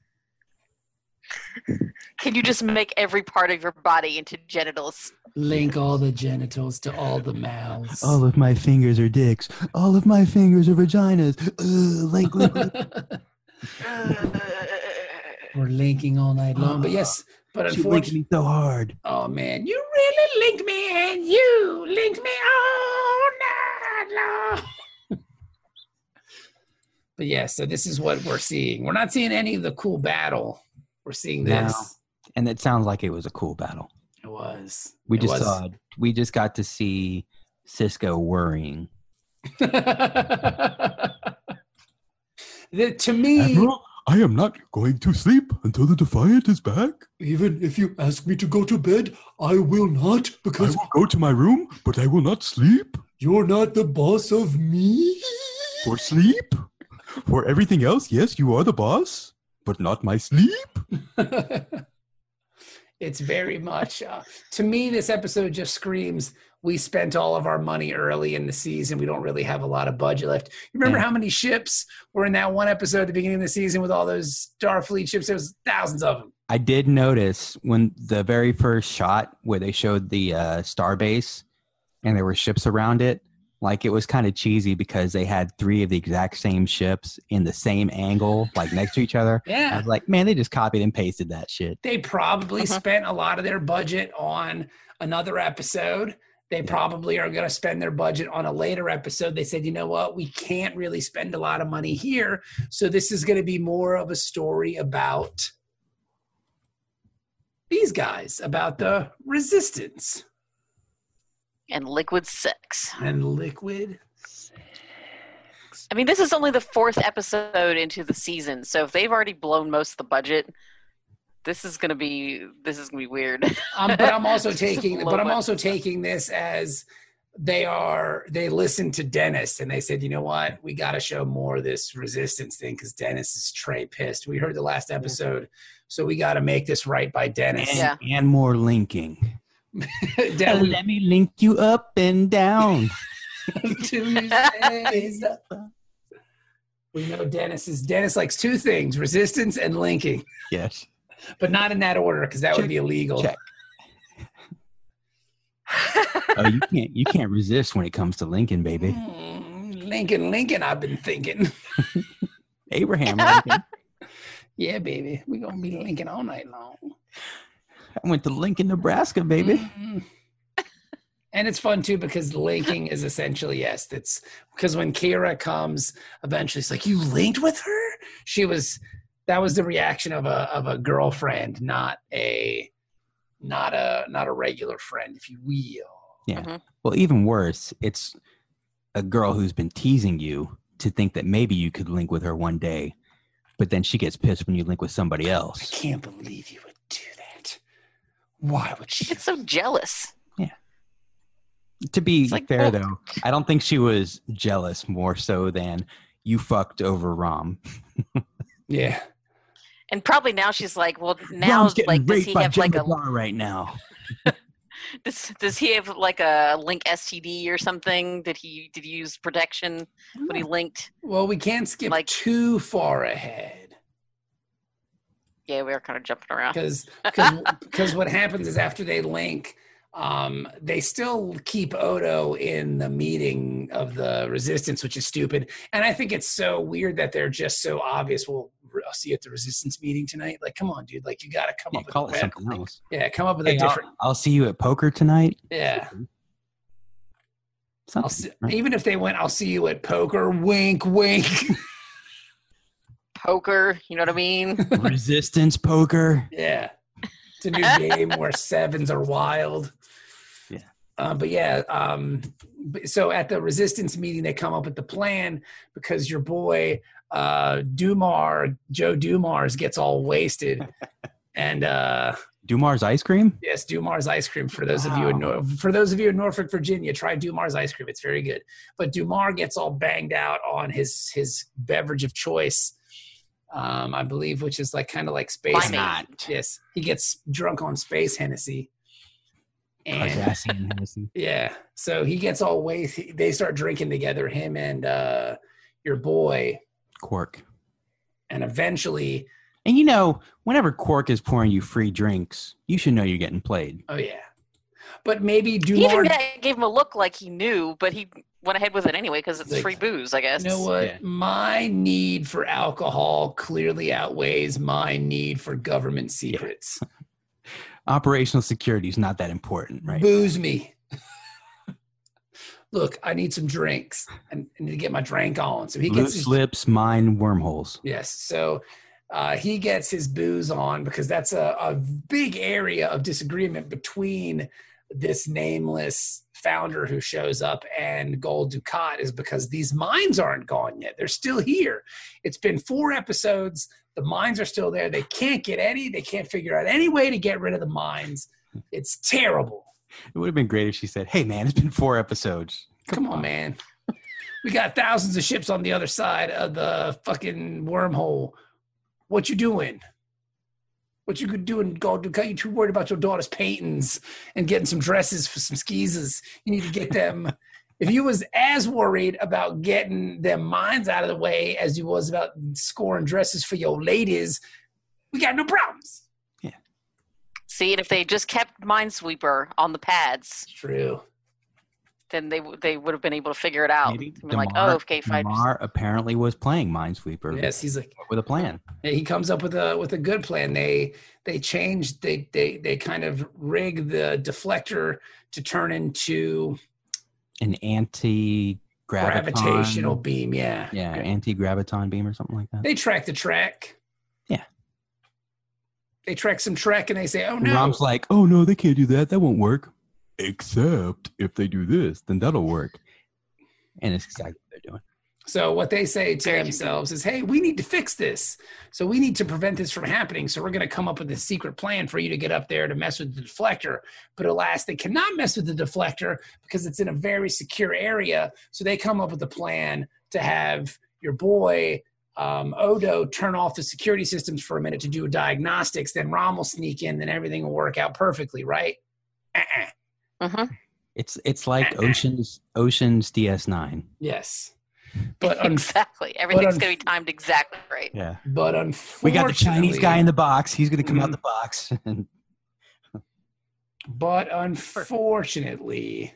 Speaker 7: Can you just make every part of your body into genitals?
Speaker 3: Link all the genitals to all the mouths.
Speaker 5: All of my fingers are dicks. All of my fingers are vaginas. Ugh, link, link, link.
Speaker 3: We're linking all night long.
Speaker 5: Ah.
Speaker 3: But yes, but
Speaker 5: She linked
Speaker 3: unfortunately.
Speaker 5: me so hard.
Speaker 3: Oh man, you really linked me, and you linked me all night long. but yeah, so this is what we're seeing. We're not seeing any of the cool battle. We're seeing
Speaker 5: No.
Speaker 3: this.
Speaker 5: And it sounds like it was a cool battle.
Speaker 3: It was.
Speaker 5: We
Speaker 3: It
Speaker 5: just
Speaker 3: was.
Speaker 5: saw. We just got to see Cisco worrying.
Speaker 3: the, to me,
Speaker 5: Admiral,
Speaker 8: I am not going to sleep until the Defiant is back.
Speaker 9: Even if you ask me to go to bed, I will not
Speaker 8: I
Speaker 9: because
Speaker 8: will go to my room, but I will not sleep.
Speaker 9: you're not the boss of me.
Speaker 8: For sleep? For everything else, yes, you are the boss, but not my sleep.
Speaker 3: it's very much uh, to me this episode just screams we spent all of our money early in the season we don't really have a lot of budget left you remember
Speaker 5: Yeah.
Speaker 3: how many ships were in that one episode at the beginning of the season with all those starfleet ships there was thousands of them
Speaker 5: I did notice when the very first shot where they showed the uh, star base and there were ships around it, like it was kind of cheesy because they had three of the exact same ships in the same angle, like next to each other. I
Speaker 3: yeah
Speaker 5: was like, man, they just copied and pasted that shit.
Speaker 3: they probably
Speaker 7: Uh-huh.
Speaker 3: spent a lot of their budget on another episode they probably are going to spend their budget on a later episode they said you know what we can't really spend a lot of money here so this is going to be more of a story about these guys about the resistance
Speaker 7: and liquid sex.
Speaker 3: and liquid
Speaker 7: I mean, this is only the fourth episode into the season, so if they've already blown most of the budget, this is gonna be this is gonna be weird.
Speaker 3: um, but i'm also
Speaker 7: Just
Speaker 3: taking
Speaker 7: blow
Speaker 3: but i'm
Speaker 7: it.
Speaker 3: also taking this as they are they listened to dennis and they said you know what we got to show more of this resistance thing because dennis is tray pissed we heard the last episode so we got to make this right by
Speaker 5: And,
Speaker 3: dennis
Speaker 7: Yeah.
Speaker 5: and more linking.
Speaker 3: That we-
Speaker 5: Let me link you up and down.
Speaker 3: Tuesdays. we know dennis is dennis likes two things resistance and linking
Speaker 5: yes.
Speaker 3: but not in that order because that would
Speaker 5: Check,
Speaker 3: be illegal
Speaker 5: check. Oh, you can't you can't resist when it comes to Lincoln, baby.
Speaker 3: Mm, lincoln lincoln i've been thinking
Speaker 5: Abraham Lincoln.
Speaker 3: yeah baby we gonna be lincoln all night long
Speaker 5: I went to Lincoln, Nebraska,
Speaker 7: Mm.
Speaker 5: baby.
Speaker 3: Mhm. And it's fun too because linking is essentially yes. That's because when Kira comes, eventually it's like you linked with her. She was that was the reaction of a of a girlfriend, not a not a not a regular friend, if you will.
Speaker 5: Well, even worse, it's a girl who's been teasing you to think that maybe you could link with her one day, but then she gets pissed when you link with somebody
Speaker 3: I
Speaker 5: else.
Speaker 3: can't believe you would do that. Why would
Speaker 7: she
Speaker 3: she?
Speaker 7: gets so jealous.
Speaker 5: To be
Speaker 7: It's like,
Speaker 5: fair,
Speaker 7: well-
Speaker 5: though, I don't think she was jealous more so than you fucked over Rom.
Speaker 3: Yeah,
Speaker 7: And probably now she's like, well, now
Speaker 5: Rom's getting
Speaker 7: like does
Speaker 5: raped
Speaker 7: he
Speaker 5: by
Speaker 7: have
Speaker 5: Jim
Speaker 7: like a Oh,
Speaker 5: McGraw right now.
Speaker 7: does, does he have like a link STD or something? Did he did he use protection when he linked?
Speaker 3: Well, we can't skip
Speaker 7: Like-
Speaker 3: too far ahead.
Speaker 7: Yeah, we are kind of jumping around.
Speaker 3: because because because what happens is after they link um they still keep odo in the meeting of the resistance which is stupid and i think it's so weird that they're just so obvious well r- i'll see you at the resistance meeting tonight like come on dude like you gotta come
Speaker 5: Yeah,
Speaker 3: up with
Speaker 5: call
Speaker 3: a
Speaker 5: it
Speaker 3: web-
Speaker 5: something else.
Speaker 3: yeah come up with
Speaker 5: Hey,
Speaker 3: a
Speaker 5: I'll-
Speaker 3: different
Speaker 5: I'll, see you at poker tonight.
Speaker 3: yeah
Speaker 5: Something,
Speaker 3: I'll see,
Speaker 5: right?
Speaker 3: even if they went i'll see you at poker wink wink
Speaker 7: Poker, you know what I mean?
Speaker 5: Resistance poker.
Speaker 3: Yeah. It's a new game where sevens are wild.
Speaker 5: Yeah.
Speaker 3: Uh, but yeah, um, b- so at the resistance meeting, they come up with the plan because your boy uh, Dumar, Joe Dumars, gets all wasted. and uh,
Speaker 5: Dumar's ice cream?
Speaker 3: yes, Dumars ice cream for those of you in
Speaker 5: Wow.
Speaker 3: Nor- for those of you in Norfolk, Virginia, try Dumars ice cream. It's very good. But Dumar gets all banged out on his his beverage of choice, um, I believe, which is like kind of like space.
Speaker 7: Blimey.
Speaker 5: not.
Speaker 3: Yes, he gets drunk on space Hennessy, and
Speaker 5: Cardassian Hennessy.
Speaker 3: yeah, so he gets all waste. he- They start drinking together, him and uh, your boy,
Speaker 5: Quark.
Speaker 3: and eventually,
Speaker 5: And you know, whenever Quark is pouring you free drinks, you should know you're getting played.
Speaker 3: oh yeah, but maybe
Speaker 7: He even
Speaker 3: Dumar.
Speaker 7: ga- gave him a look like he knew, but he went ahead with it anyway because it's
Speaker 3: Like,
Speaker 7: free booze, I guess.
Speaker 3: You know what?
Speaker 5: Yeah.
Speaker 3: My need for alcohol clearly outweighs my need for government secrets.
Speaker 5: Operational security is not that important, right?
Speaker 3: Booze me. Look, I need some drinks. I I need to get my drink on. So he gets
Speaker 5: Loose
Speaker 3: his
Speaker 5: lips, mind wormholes.
Speaker 3: Yes. So uh, he gets his booze on because that's a, a big area of disagreement between this nameless founder who shows up and Gold Ducat is because these mines aren't gone yet. They're still here. It's been four episodes. The mines are still there. They can't get any. They can't figure out any way to get rid of the mines. It's terrible.
Speaker 5: It would have been great if she said, "Hey, man, it's been four episodes.
Speaker 3: Come on, man. We got thousands of ships on the other side of the fucking wormhole. What you doing? What you could do and go do? Got you too worried about your daughter's paintings and getting some dresses for some skeezers. You need to get them. if you was as worried about getting their minds out of the way as you was about scoring dresses for your ladies, we got no problems.
Speaker 7: See, and if they just kept Minesweeper on the pads,
Speaker 3: It's true.
Speaker 7: then they w- they would have been able to figure it out.
Speaker 5: Maybe
Speaker 7: They'd be like,
Speaker 5: Damar-
Speaker 7: oh, okay, fine.
Speaker 5: Damar apparently was playing Minesweeper
Speaker 3: Yes, he's like
Speaker 5: with a plan.
Speaker 3: Yeah, he comes up with a with a good plan. They they change they they they kind of rig the deflector to turn into
Speaker 5: An anti
Speaker 3: gravitational beam. Yeah.
Speaker 5: Yeah, anti graviton beam or something like that.
Speaker 3: They track the track.
Speaker 5: Yeah.
Speaker 3: They track some track and they say, "Oh
Speaker 5: And
Speaker 3: no,
Speaker 5: Rom's like, oh no, they can't do that. That won't work.
Speaker 8: Except if they do this, then that'll work.
Speaker 5: And it's exactly what they're doing.
Speaker 3: So what they say to themselves is, "Hey, we need to fix this. So we need to prevent this from happening. So we're going to come up with a secret plan for you to get up there to mess with the deflector. But alas, they cannot mess with the deflector because it's in a very secure area. So they come up with a plan to have your boy um, Odo turn off the security systems for a minute to do diagnostics. Then Rom will sneak in. Then everything will work out perfectly, right? Uh-uh.
Speaker 7: hmm
Speaker 5: It's it's like Ocean's Ocean's DS9.
Speaker 3: Yes, but un-
Speaker 7: exactly. Everything's
Speaker 3: un-
Speaker 7: going to be timed exactly right.
Speaker 5: Yeah.
Speaker 3: but unfortunately,
Speaker 5: We got the Chinese guy in the box. He's gonna come
Speaker 3: Mm-hmm.
Speaker 5: out the box. And
Speaker 3: But unfortunately,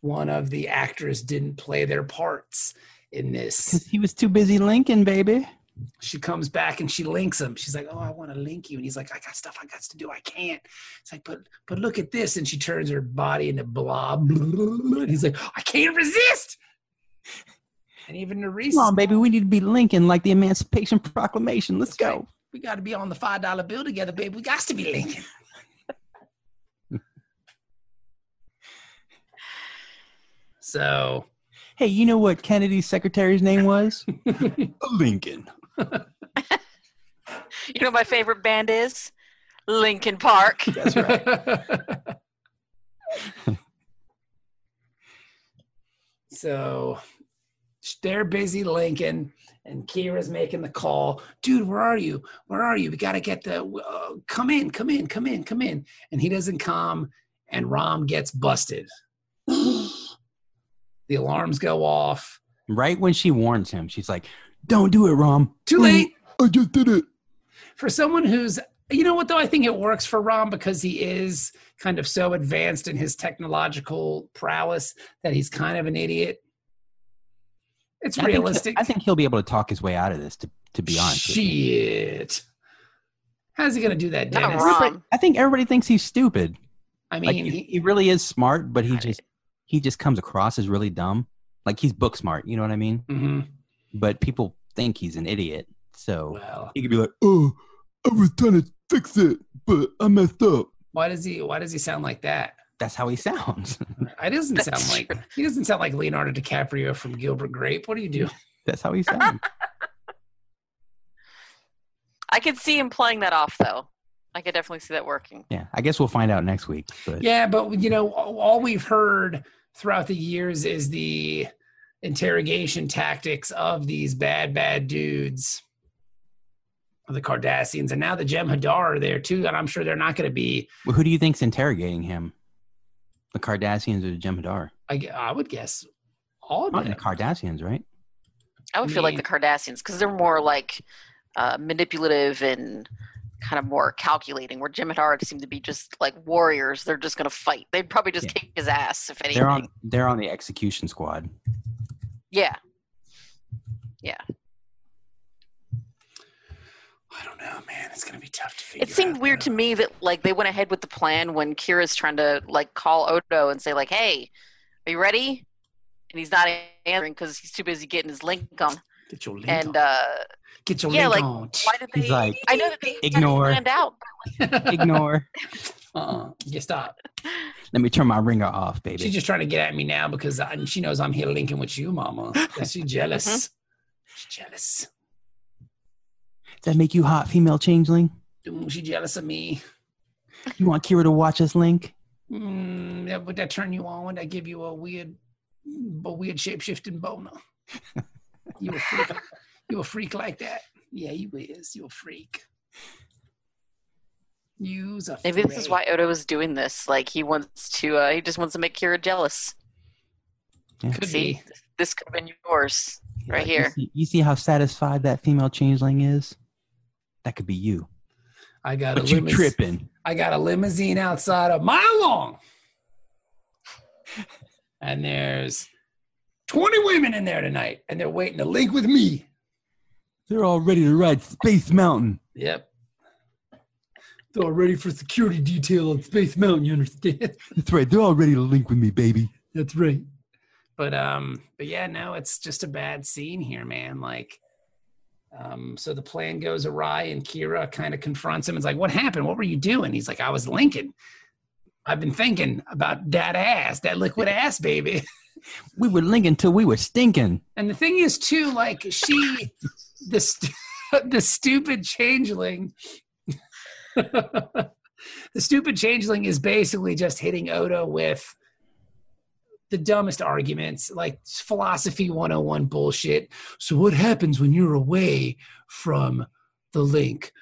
Speaker 3: one of the actors didn't play their parts in this.
Speaker 5: he was too busy linking, baby.
Speaker 3: She comes back and she links him. She's like, "Oh, I want to link you," and he's like, "I got stuff I got to do. I can't." It's like, "But, but look at this," and she turns her body into blob. And he's like, "I can't resist." And even the
Speaker 5: Come on,
Speaker 3: reason
Speaker 5: baby. We need to be linking like the Emancipation Proclamation. Let's
Speaker 3: That's right.
Speaker 5: go.
Speaker 3: we got to be on the five dollar bill together, babe. We got to be linking. so
Speaker 5: Hey, you know what Kennedy's secretary's name was?
Speaker 8: Lincoln.
Speaker 7: You know, what my favorite band is Linkin Park.
Speaker 5: That's right.
Speaker 3: so they're busy linking, and Kira's making the call. Dude, where are you? Where are you? We got to get the. Uh, come in, come in, come in, come in. And he doesn't come, and Rom gets busted. the alarms go off.
Speaker 5: right when she warns him, she's like, "Don't do it, Rom. Mm.
Speaker 3: Too late.
Speaker 8: I just did it.
Speaker 3: for someone who's you know what though i think it works for rom because he is kind of so advanced in his technological prowess that he's kind of an idiot it's
Speaker 5: I think he'll-
Speaker 3: realistic
Speaker 5: I think he'll be able to talk his way out of this. To to be honest, with you.
Speaker 3: shit how's he gonna do that
Speaker 7: Not
Speaker 3: dennis
Speaker 7: Rom.
Speaker 5: I think everybody thinks he's stupid.
Speaker 3: i
Speaker 5: Like
Speaker 3: mean
Speaker 5: he,
Speaker 3: he,
Speaker 5: he really is smart, but he just he just comes across as really dumb. Like he's book smart, you know what I mean?
Speaker 3: Mhm.
Speaker 5: But people think he's an idiot. So
Speaker 3: well
Speaker 8: He could be like, oh, I was trying to fix it, but I messed up.
Speaker 3: why does he why does he sound like that
Speaker 5: that's how he sounds.
Speaker 3: it doesn't
Speaker 7: That's
Speaker 3: sound like he doesn't sound like leonardo dicaprio from gilbert grape what do you do
Speaker 5: that's how he sounds.
Speaker 7: I could see him playing that off, though. I could definitely see that working.
Speaker 5: yeah, I guess we'll find out next week. But
Speaker 3: Yeah, but you know, all all we've heard throughout the years is the interrogation tactics of these bad, bad dudes, the Cardassians, and now the Jem'Hadar are there too. And I'm sure they're not going to be.
Speaker 5: who do you think's interrogating him? The Cardassians or the Jem'Hadar?
Speaker 3: I, gu- I would guess all of
Speaker 5: Probably
Speaker 3: them.
Speaker 5: the Cardassians, right?
Speaker 7: I would feel like
Speaker 3: mean-
Speaker 7: the Cardassians because they're more like uh, manipulative and kind of more calculating. Where Jim and Hard seem to be just like warriors. They're just going to fight. They'd probably just
Speaker 5: Yeah.
Speaker 7: kick his ass if anything.
Speaker 5: They're on they're on the execution squad.
Speaker 7: yeah.
Speaker 3: I don't know, man. It's going to be tough to figure.
Speaker 7: It seemed
Speaker 3: out,
Speaker 7: weird to
Speaker 3: though.
Speaker 7: me that like they went ahead with the plan when Kira's trying to like call Odo and say like, "Hey, are you ready?" And he's not answering because he's too busy getting his link on.
Speaker 3: Get your link
Speaker 7: And
Speaker 3: on.
Speaker 7: uh,
Speaker 3: Get your
Speaker 7: yeah,
Speaker 3: link
Speaker 7: like,
Speaker 3: on.
Speaker 7: why did they?
Speaker 5: He's like,
Speaker 7: I know that they had it
Speaker 5: Ignore.
Speaker 7: planned out.
Speaker 5: ignore.
Speaker 3: uh-uh. You stop.
Speaker 5: Let me turn my ringer off, baby.
Speaker 3: She's just trying to get at me now because I, she knows I'm here
Speaker 7: Mm-hmm.
Speaker 3: linking with you, Mama. She's jealous. She's jealous.
Speaker 5: Does that make you hot, female changeling?
Speaker 3: Ooh, She jealous of me.
Speaker 5: You want Kira to watch us, Link?
Speaker 3: Mm, that- would that turn you on? Would that give you a weird, a weird shape shifting boner? you a freak? You a freak like that? Yeah, you is. You a freak? You's a.
Speaker 7: Maybe this is why
Speaker 3: freak.
Speaker 7: Odo is doing this. Like he wants to, uh, he just wants to make Kira jealous.
Speaker 3: Could
Speaker 7: See?
Speaker 3: be.
Speaker 7: This could have been yours. Right
Speaker 5: You
Speaker 7: here.
Speaker 5: see- you see how satisfied that female changeling is? That could be you.
Speaker 3: I got a
Speaker 5: But you
Speaker 3: limousine.
Speaker 5: tripping.
Speaker 3: I got a limousine outside a mile long, and there's twenty women in there tonight, and they're waiting to link with me.
Speaker 5: They're all ready to ride Space Mountain.
Speaker 3: Yep.
Speaker 9: They're all ready for security detail on Space Mountain, you understand?
Speaker 8: That's right. They're all ready to link with me, baby.
Speaker 9: That's right.
Speaker 3: but um but yeah no it's just a bad scene here man like um so the plan goes awry and kira kind of confronts him and's like what happened what were you doing he's like i was linking i've been thinking about that ass that liquid ass baby
Speaker 5: We were linking till we were stinking.
Speaker 3: and the thing is too like she the, st- the stupid changeling the stupid changeling is basically just hitting odo with the dumbest arguments like philosophy 101 bullshit
Speaker 9: So, what happens when you're away from the link?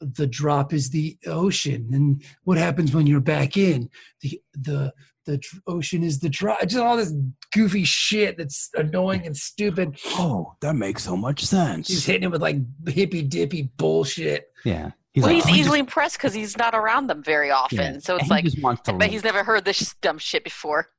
Speaker 9: The drop is the ocean, and what happens when you're back in? The the the dr- ocean is the drop.
Speaker 3: just all this goofy shit that's annoying and stupid
Speaker 5: Oh, that makes so much
Speaker 3: she's
Speaker 5: sense.
Speaker 3: hitting him with like hippy dippy bullshit
Speaker 5: Yeah.
Speaker 7: Well, he's
Speaker 5: "Oh, he
Speaker 7: easily impressed because he's not around them very
Speaker 5: just-
Speaker 7: often.
Speaker 5: yeah,
Speaker 7: So it's
Speaker 5: he
Speaker 7: like,
Speaker 5: just wants to
Speaker 7: I bet
Speaker 5: link.
Speaker 7: he's never heard this sh- dumb shit before.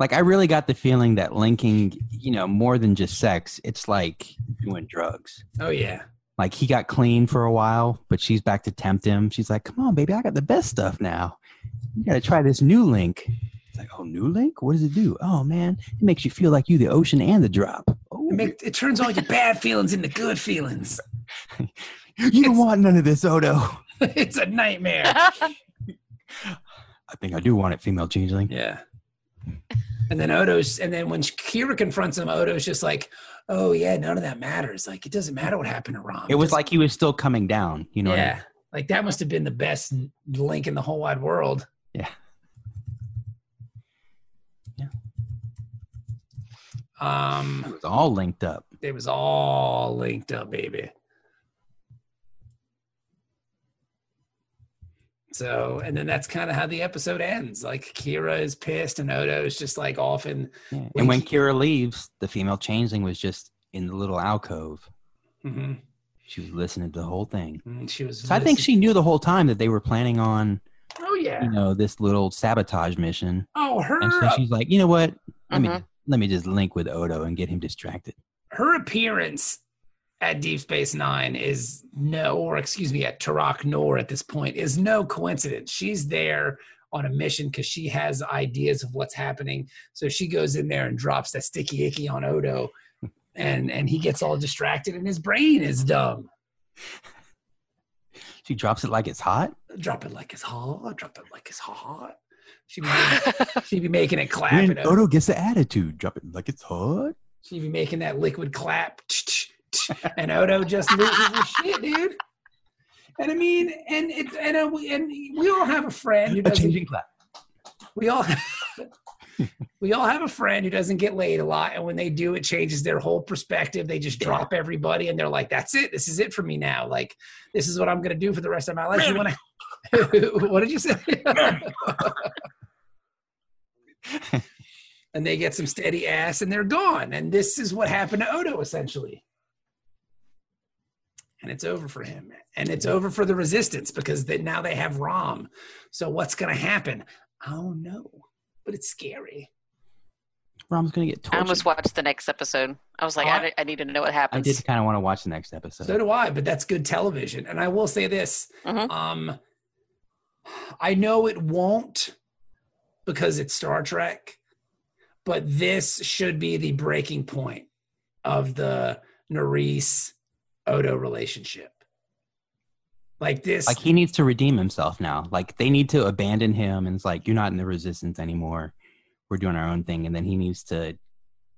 Speaker 5: like I really got the feeling that linking, you know, more than just sex, it's like doing drugs.
Speaker 3: oh yeah
Speaker 5: Like he got clean for a while, but she's back to tempt him. She's like, "Come on, baby, I got the best stuff now. You gotta try this new link." It's like, "Oh, new link? What does it do? Oh man, it makes you feel like you the ocean and the drop. Oh,
Speaker 3: it, make, it turns all your bad feelings into good feelings
Speaker 5: you don't
Speaker 3: it's-
Speaker 5: want none of this, Odo.
Speaker 3: it's a nightmare
Speaker 5: I think I do want it, female changeling.
Speaker 3: Yeah. And then Odo's, and then when Kira confronts him, Odo's just like, "Oh yeah, none of that matters. Like it doesn't matter what happened to Rom."
Speaker 5: It was
Speaker 3: doesn't-
Speaker 5: like he was still coming down. You know, what I
Speaker 3: yeah, like that must have been the best link in the whole wide world.
Speaker 5: Yeah. Yeah. mean?
Speaker 3: Um,
Speaker 5: it was all linked up.
Speaker 3: it was all linked up, baby. So, and then that's kind of how the episode ends. Like Kira is pissed, and Odo's just like off in
Speaker 5: Yeah.
Speaker 3: When
Speaker 5: And when
Speaker 3: he-
Speaker 5: Kira leaves, the female changeling was just in the little alcove.
Speaker 3: hmm
Speaker 5: She was listening to the whole thing.
Speaker 3: mm-hmm, She was.
Speaker 5: So I think
Speaker 3: listening-
Speaker 5: she knew the whole time that they were planning on,
Speaker 3: Oh yeah.
Speaker 5: you know, this little sabotage mission.
Speaker 3: Oh, her
Speaker 5: And so she's like, you know what? Let me
Speaker 3: Mm-hmm.
Speaker 7: Mhm.
Speaker 5: let me just link with Odo and get him distracted.
Speaker 3: her appearance at Deep Space Nine is no, or excuse me, at Tarak Nor at this point is no coincidence. She's there on a mission because she has ideas of what's happening. So she goes in there and drops that sticky icky on Odo, and and he gets all distracted and his brain is dumb.
Speaker 5: She drops it like it's hot.
Speaker 3: Drop it like it's hot. Drop it like it's hot. She be, she be making it clap.
Speaker 8: When
Speaker 3: and Odo-
Speaker 8: Odo gets the attitude, drop it like it's hot.
Speaker 3: She be making that liquid clap, and Odo just loses his shit, dude. And I mean, and it, and uh, we, and we all have a friend who
Speaker 5: A
Speaker 3: doesn't.
Speaker 5: changing clap.
Speaker 3: We all we all have a friend who doesn't get laid a lot, and when they do, it changes their whole perspective. They just drop everybody, and they're like, "That's it. This is it for me now. Like, this is what I'm gonna do for the rest of my life." You want to? what did you say? and they get some steady ass, and they're gone. And this is what happened to Odo, essentially. And it's over for him, and it's over for the resistance because they, now they have Rom. So what's gonna happen? I don't know, but it's scary.
Speaker 5: Rom's gonna get
Speaker 7: I
Speaker 5: tortured.
Speaker 7: almost watched the next episode. I was like,
Speaker 3: Oh,
Speaker 7: I,
Speaker 3: I-
Speaker 7: ne- I need to know what
Speaker 5: I
Speaker 7: happens.
Speaker 5: did kind of want to watch the next episode.
Speaker 3: So do I, but that's good television. And I will say this:
Speaker 7: Mhm.
Speaker 3: um, I know it won't because it's Star Trek, but this should be the breaking point of the Nerys Odo relationship. Like this,
Speaker 5: like he needs to redeem himself now. Like they need to abandon him, and it's like you're not in the resistance anymore. We're doing our own thing, and then he needs to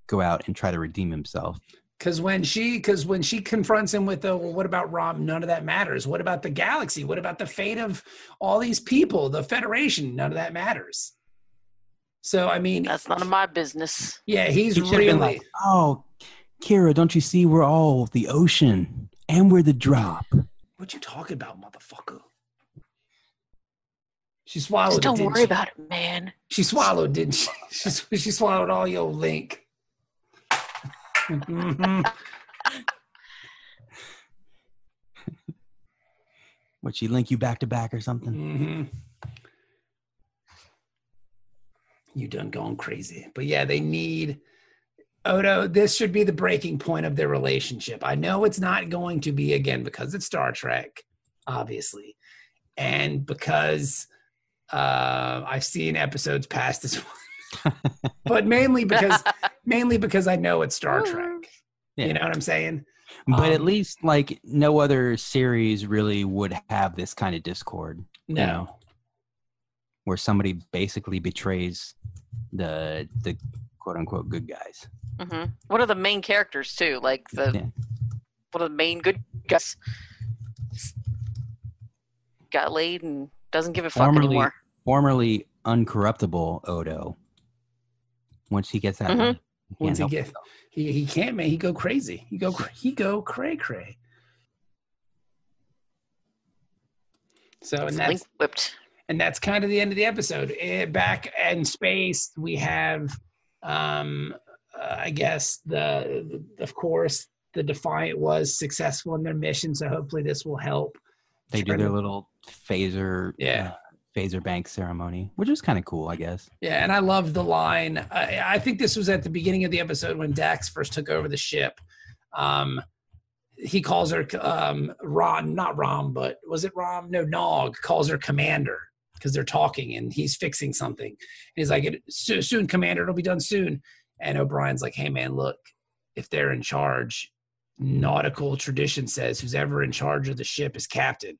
Speaker 5: go out and try to redeem himself.
Speaker 3: Because when she, because when she confronts him with the, well, what about Rom? None of that matters. What about the galaxy? What about the fate of all these people? The Federation? None of that matters. So I mean,
Speaker 7: That's none of my business.
Speaker 3: yeah, he's
Speaker 5: He should've been
Speaker 3: really
Speaker 5: like, "Oh, Kira, don't you see we're all the ocean and we're the drop."
Speaker 3: What you talking about, motherfucker? She swallowed.
Speaker 7: Just
Speaker 3: it,
Speaker 7: don't
Speaker 3: didn't
Speaker 7: worry
Speaker 3: she?
Speaker 7: about it, man.
Speaker 3: She swallowed, didn't she? She, sw- she swallowed all your link. Mhm.
Speaker 5: Would she link you back to back or something?
Speaker 3: Mhm. You done gone crazy. But yeah, they need Odo. This should be the breaking point of their relationship. I know it's not going to be again because it's Star Trek, obviously, and because uh, I've seen episodes past this one, but mainly because mainly because I know it's Star Trek.
Speaker 5: Yeah.
Speaker 3: You know what I'm saying?
Speaker 5: But at
Speaker 3: Um,
Speaker 5: least like no other series really would have this kind of discord
Speaker 3: No.
Speaker 5: where somebody basically betrays the the quote unquote good guys.
Speaker 7: hmm One of the main characters too, like the
Speaker 5: Yeah.
Speaker 7: one of the main good guys, got laid and doesn't give a fuck
Speaker 5: Formerly-
Speaker 7: anymore.
Speaker 5: Formerly uncorruptible Odo. Once he gets that
Speaker 7: Mhm.
Speaker 5: one, he can't
Speaker 3: Mm-hmm. Once he
Speaker 5: help
Speaker 3: gets, he, he can't man. He go crazy. He go cr- he go cray cray. So and
Speaker 7: It's link
Speaker 3: that's
Speaker 7: whipped.
Speaker 3: and that's kind of the end of the episode. Eh, back in space, we have, um, uh, I guess the, the of course the Defiant was successful in their mission. So hopefully this will help.
Speaker 5: they do their little phaser
Speaker 3: Yeah.
Speaker 5: uh, phaser bank ceremony which is kind of cool i guess
Speaker 3: Yeah, and I love the line. I, I think this was at the beginning of the episode when Dax first took over the ship. Um, he calls her um, Ron, not Rom, but was it Rom? No, Nog calls her Commander because they're talking and he's fixing something. And he's like, "It- so- "Soon, Commander, it'll be done soon." And O'Brien's like, "Hey, man, look, if they're in charge, nautical tradition says who's ever in charge of the ship is captain."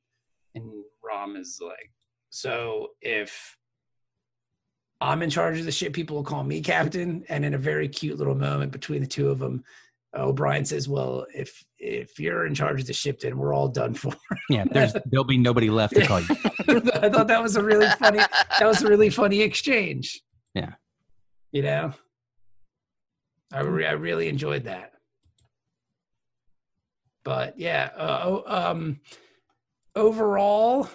Speaker 3: And Rom is like, "So if I'm in charge of the ship. People will call me captain. And in a very cute little moment between the two of them, O'Brien says, "Well, if if you're in charge of the ship, then we're all done for."
Speaker 5: yeah there's there'll be nobody left to call you
Speaker 3: I thought that was a really funny. That was a really funny exchange.
Speaker 5: Yeah.
Speaker 3: You know, I re- I really enjoyed that. But yeah, uh, oh, um, overall,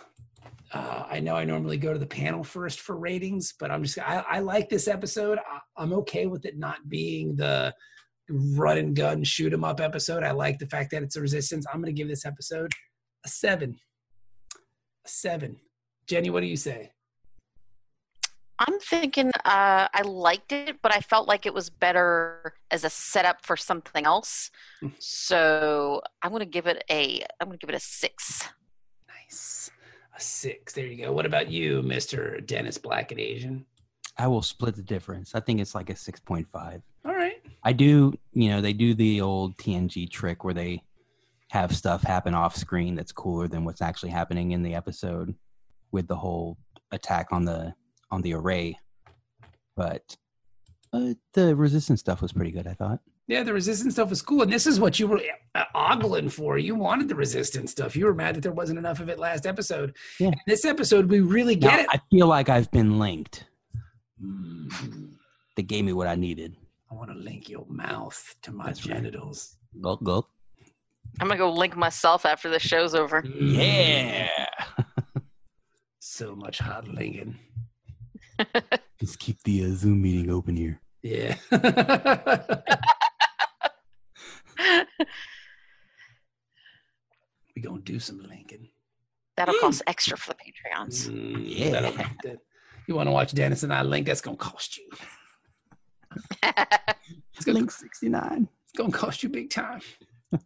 Speaker 3: uh, I know I normally go to the panel first for ratings, but I'm just I, I like this episode. I, I'm okay with it not being the run and gun shoot 'em up episode. I like the fact that it's a resistance. I'm going to give this episode a seven. A seven. Jenny, what do you say?
Speaker 7: I'm thinking uh, I liked it, but I felt like it was better as a setup for something else. So I'm gonna give it a I'm gonna give it a six.
Speaker 3: Nice. A six. There you go. What about you, Mr. Dennis Black and Asian?
Speaker 5: i will split the difference i think it's like a 6.5
Speaker 3: All right.
Speaker 5: i do you know they do the old tng trick where they have stuff happen off screen that's cooler than what's actually happening in the episode with the whole attack on the on the array but uh, the resistance stuff was pretty good i thought
Speaker 3: Yeah, the resistance stuff was cool. And this is what you were uh, ogling for. You wanted the resistance stuff. You were mad that there wasn't enough of it last episode.
Speaker 5: Yeah.
Speaker 3: And this episode, we really
Speaker 5: Now,
Speaker 3: get it.
Speaker 5: I feel like I've been linked.
Speaker 3: Mm,
Speaker 5: They gave me what I needed.
Speaker 3: I want to link your mouth to my
Speaker 5: That's right.
Speaker 3: genitals.
Speaker 5: Gulp, gulp.
Speaker 7: I'm gonna go link myself after the show's over.
Speaker 3: Mm,
Speaker 5: Yeah.
Speaker 3: So much hot linking.
Speaker 5: Let's keep the uh, Zoom meeting open here.
Speaker 3: Yeah. we going to do some linking.
Speaker 7: That'll cost extra for the Patreons.
Speaker 3: Mm,
Speaker 5: Yeah.
Speaker 3: that'll- that- you want to watch Dennis and I link? That's gonna cost you. It's gonna,
Speaker 5: Link 69.
Speaker 3: it's gonna cost you big time. but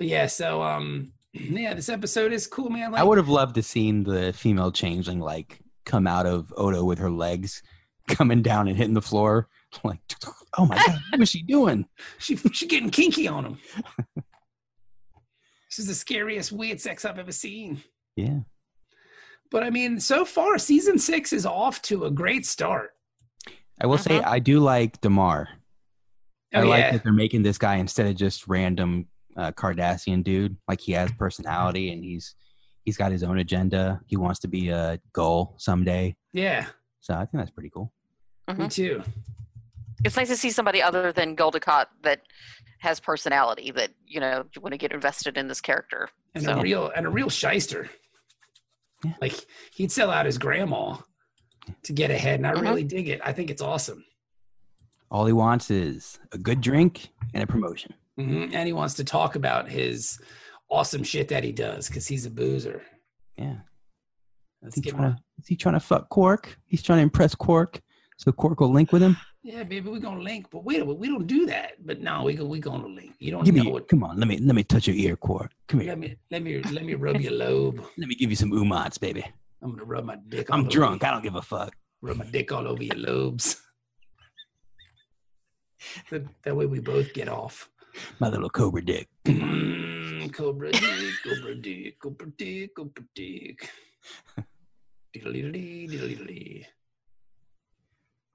Speaker 3: yeah, so um, yeah, this episode is cool, man. Like,
Speaker 5: I would have loved to seen the female changeling like come out of Odo with her legs coming down and hitting the floor. Like, oh my God, what was she doing?
Speaker 3: she she getting kinky on him. this is the scariest weird sex I've ever seen.
Speaker 5: Yeah.
Speaker 3: But I mean, so far, season six is off to a great start.
Speaker 5: I will say I do like Damar.
Speaker 3: Uh-huh. Oh,
Speaker 5: I like
Speaker 3: yeah.
Speaker 5: that they're making this guy instead of just random uh, Cardassian dude. Like he
Speaker 3: Mm-hmm.
Speaker 5: has personality and he's he's got his own agenda. He wants to be a goal someday.
Speaker 3: Yeah,
Speaker 5: So I think that's pretty cool.
Speaker 3: me
Speaker 7: Mhm.
Speaker 3: too.
Speaker 7: It's nice to see somebody other than Goldacott that has personality that you know you want to get invested in this character.
Speaker 3: And
Speaker 7: So-
Speaker 3: a real and a real shyster.
Speaker 5: Yeah.
Speaker 3: Like he'd sell out his grandma to get ahead, and I
Speaker 5: Uh-huh.
Speaker 7: Mhm.
Speaker 3: really dig it. I think it's awesome.
Speaker 5: All he wants is a good drink and a promotion.
Speaker 3: hmm And he wants to talk about his awesome shit that he does because he's a boozer.
Speaker 5: Yeah.
Speaker 3: Let's
Speaker 5: Is he,
Speaker 3: get
Speaker 5: trying
Speaker 3: one.
Speaker 5: to, is he trying to fuck Quark? He's trying to impress Quark so Quark will link with him.
Speaker 3: Yeah, baby, we're gonna link, but wait, we don't do that. But no, we go, we gonna link. You don't
Speaker 5: Give
Speaker 3: know
Speaker 5: me,
Speaker 3: what.
Speaker 5: come on, let me let me touch your ear, Quark. Come here,
Speaker 3: Let me let me let me rub your lobe.
Speaker 5: let me give you some umats, baby.
Speaker 3: I'm gonna rub my dick. all
Speaker 5: I'm
Speaker 3: over
Speaker 5: drunk.
Speaker 3: you-
Speaker 5: I don't give a fuck.
Speaker 3: Rub my dick all over your lobes. that, that way we both get off.
Speaker 5: My little cobra dick.
Speaker 3: Mm, cobra dick, cobra dick, cobra dick, cobra dick. Diddle-diddle-dee, diddle-diddle-dee.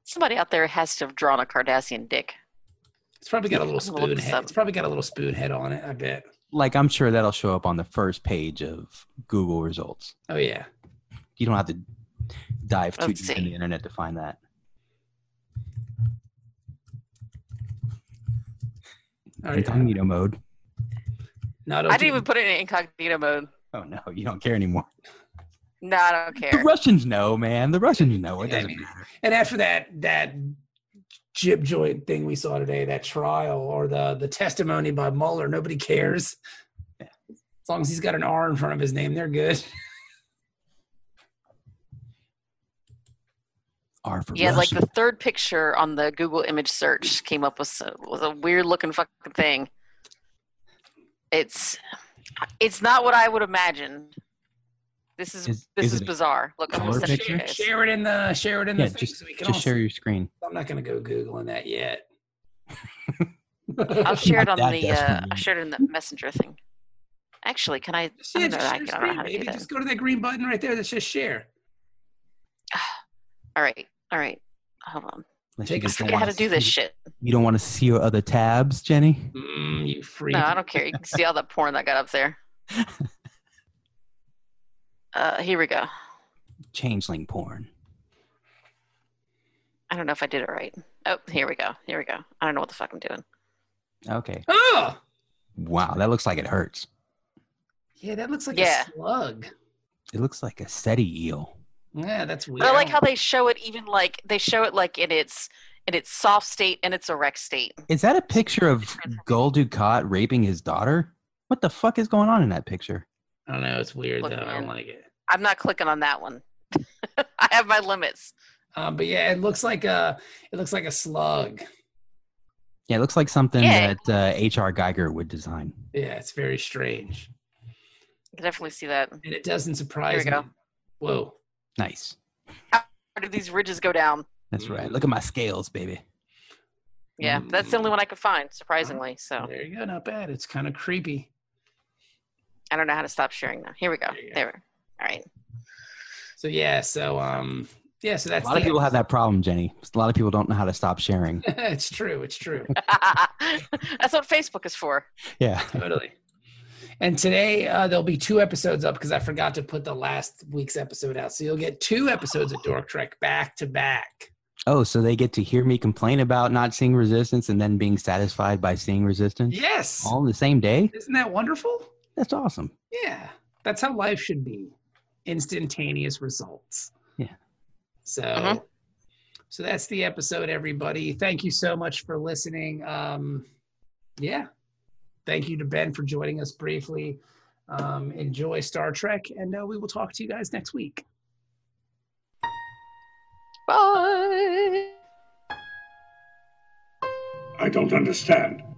Speaker 7: Somebody out there has to have drawn a Cardassian dick.
Speaker 3: It's probably got a little
Speaker 7: I'm gonna
Speaker 3: spoon
Speaker 7: look this
Speaker 3: head.
Speaker 7: up.
Speaker 3: It's probably got a little spoon head on it. I bet.
Speaker 5: Like I'm sure that'll show up on the first page of Google results.
Speaker 3: Oh yeah.
Speaker 5: You don't have to dive too
Speaker 7: Let's
Speaker 5: deep in
Speaker 7: see.
Speaker 5: the internet to find that.
Speaker 3: All right.
Speaker 5: Incognito mode.
Speaker 3: Not
Speaker 7: I didn't even put it in incognito mode.
Speaker 5: Oh no, you don't care anymore.
Speaker 7: No, I don't
Speaker 5: The
Speaker 7: care.
Speaker 5: Russians know, man. The Russians know. It
Speaker 3: Yeah, I
Speaker 5: doesn't
Speaker 3: mean-
Speaker 5: matter.
Speaker 3: And after that, that jib joint thing we saw today, that trial or the the testimony by Mueller, nobody cares. As long as he's got an R in front of his name, they're good.
Speaker 5: R for
Speaker 7: Yeah, like
Speaker 5: Russian.
Speaker 7: the third picture on the Google image search came up with so- was a weird looking fucking thing. It's it's not what I would imagine. This is,
Speaker 5: Is-
Speaker 7: this
Speaker 5: is
Speaker 7: is,
Speaker 5: it a
Speaker 7: bizarre. Look, I'm
Speaker 5: color
Speaker 7: gonna send it to you
Speaker 3: Share,
Speaker 7: guys.
Speaker 3: share it in the share it in
Speaker 5: yeah,
Speaker 3: the thing
Speaker 5: just,
Speaker 3: so we can all.
Speaker 5: just share your screen.
Speaker 3: I'm not gonna go googling that yet.
Speaker 7: I'll share it
Speaker 5: Not that
Speaker 7: on the uh,
Speaker 5: desperate.
Speaker 7: I shared it in the messenger thing. Actually, can I? I
Speaker 3: Yeah,
Speaker 7: don't
Speaker 3: just
Speaker 7: know, I
Speaker 3: share
Speaker 7: don't know
Speaker 3: screen,
Speaker 7: how to do
Speaker 3: baby.
Speaker 7: that.
Speaker 3: Just go to that green button right there that says share.
Speaker 7: All right, all right. Hold on.
Speaker 5: Unless
Speaker 3: Take
Speaker 5: you
Speaker 3: a
Speaker 5: just
Speaker 7: I
Speaker 5: don't
Speaker 7: forget how
Speaker 5: wanna
Speaker 7: to do this
Speaker 5: see-
Speaker 7: shit. Mm-hmm.
Speaker 5: You don't want to see your other tabs, Jenny.
Speaker 3: Mm, you freak.
Speaker 7: No, I don't care. You can see all that porn that got up there. Uh, here we go.
Speaker 5: Changeling porn.
Speaker 7: I don't know if I did it right. Oh, here we go. Here we go. I don't know what the fuck I'm doing.
Speaker 5: Okay.
Speaker 3: Oh,
Speaker 5: Wow, that looks like it hurts.
Speaker 3: yeah, that looks like
Speaker 7: Yeah.
Speaker 3: a slug.
Speaker 5: It looks like a SETI eel.
Speaker 3: Yeah, that's weird.
Speaker 7: But I like how they show it even like they show it like in its in its soft state and its erect state.
Speaker 5: Is that a picture of Gul Dukat raping his daughter? What the fuck is going on in that picture?
Speaker 3: I don't know. It's weird
Speaker 7: Look,
Speaker 3: though. I don't
Speaker 7: man.
Speaker 3: like it.
Speaker 7: I'm not clicking on that one. I have my limits.
Speaker 3: Um, but yeah, it looks like a it looks like a slug.
Speaker 5: Yeah, it looks like something
Speaker 7: Yeah.
Speaker 5: that uh, H.R. Geiger would design.
Speaker 3: Yeah, it's very strange,
Speaker 7: I can definitely see that.
Speaker 3: and it doesn't surprise
Speaker 7: Here we
Speaker 3: me. Whoa,
Speaker 5: Nice.
Speaker 7: Where do these ridges go down?
Speaker 5: That's
Speaker 3: Mm.
Speaker 5: right. Look at my scales, baby.
Speaker 7: Yeah, that's the only one I could find, surprisingly. So
Speaker 3: there you go. Not bad. It's kind of creepy.
Speaker 7: I don't know how to stop sharing now. Here we go.
Speaker 3: There you go.
Speaker 7: There. we All right.
Speaker 3: So yeah, so um, yeah, so
Speaker 5: A
Speaker 3: that's
Speaker 5: lot of
Speaker 3: the-
Speaker 5: people have that problem, Jenny. A lot of people don't know how to stop sharing.
Speaker 3: it's true. It's true.
Speaker 7: That's what Facebook is for.
Speaker 5: Yeah.
Speaker 3: totally. And today uh, there'll be two episodes up because I forgot to put the last week's episode out. So you'll get two episodes of Dork Trek back to back.
Speaker 5: Oh, so they get to hear me complain about not seeing resistance and then being satisfied by seeing resistance
Speaker 3: Yes,
Speaker 5: all in the same day?
Speaker 3: isn't that wonderful?
Speaker 5: That's awesome.
Speaker 3: Yeah, that's how life should be. Instantaneous results.
Speaker 5: Yeah.
Speaker 3: So
Speaker 7: Mhm.
Speaker 3: so that's the episode everybody. Thank you so much for listening. Um yeah. Thank you to Ben for joining us briefly. Um enjoy Star Trek and uh, we will talk to you guys next week.
Speaker 7: Bye.
Speaker 1: I don't understand.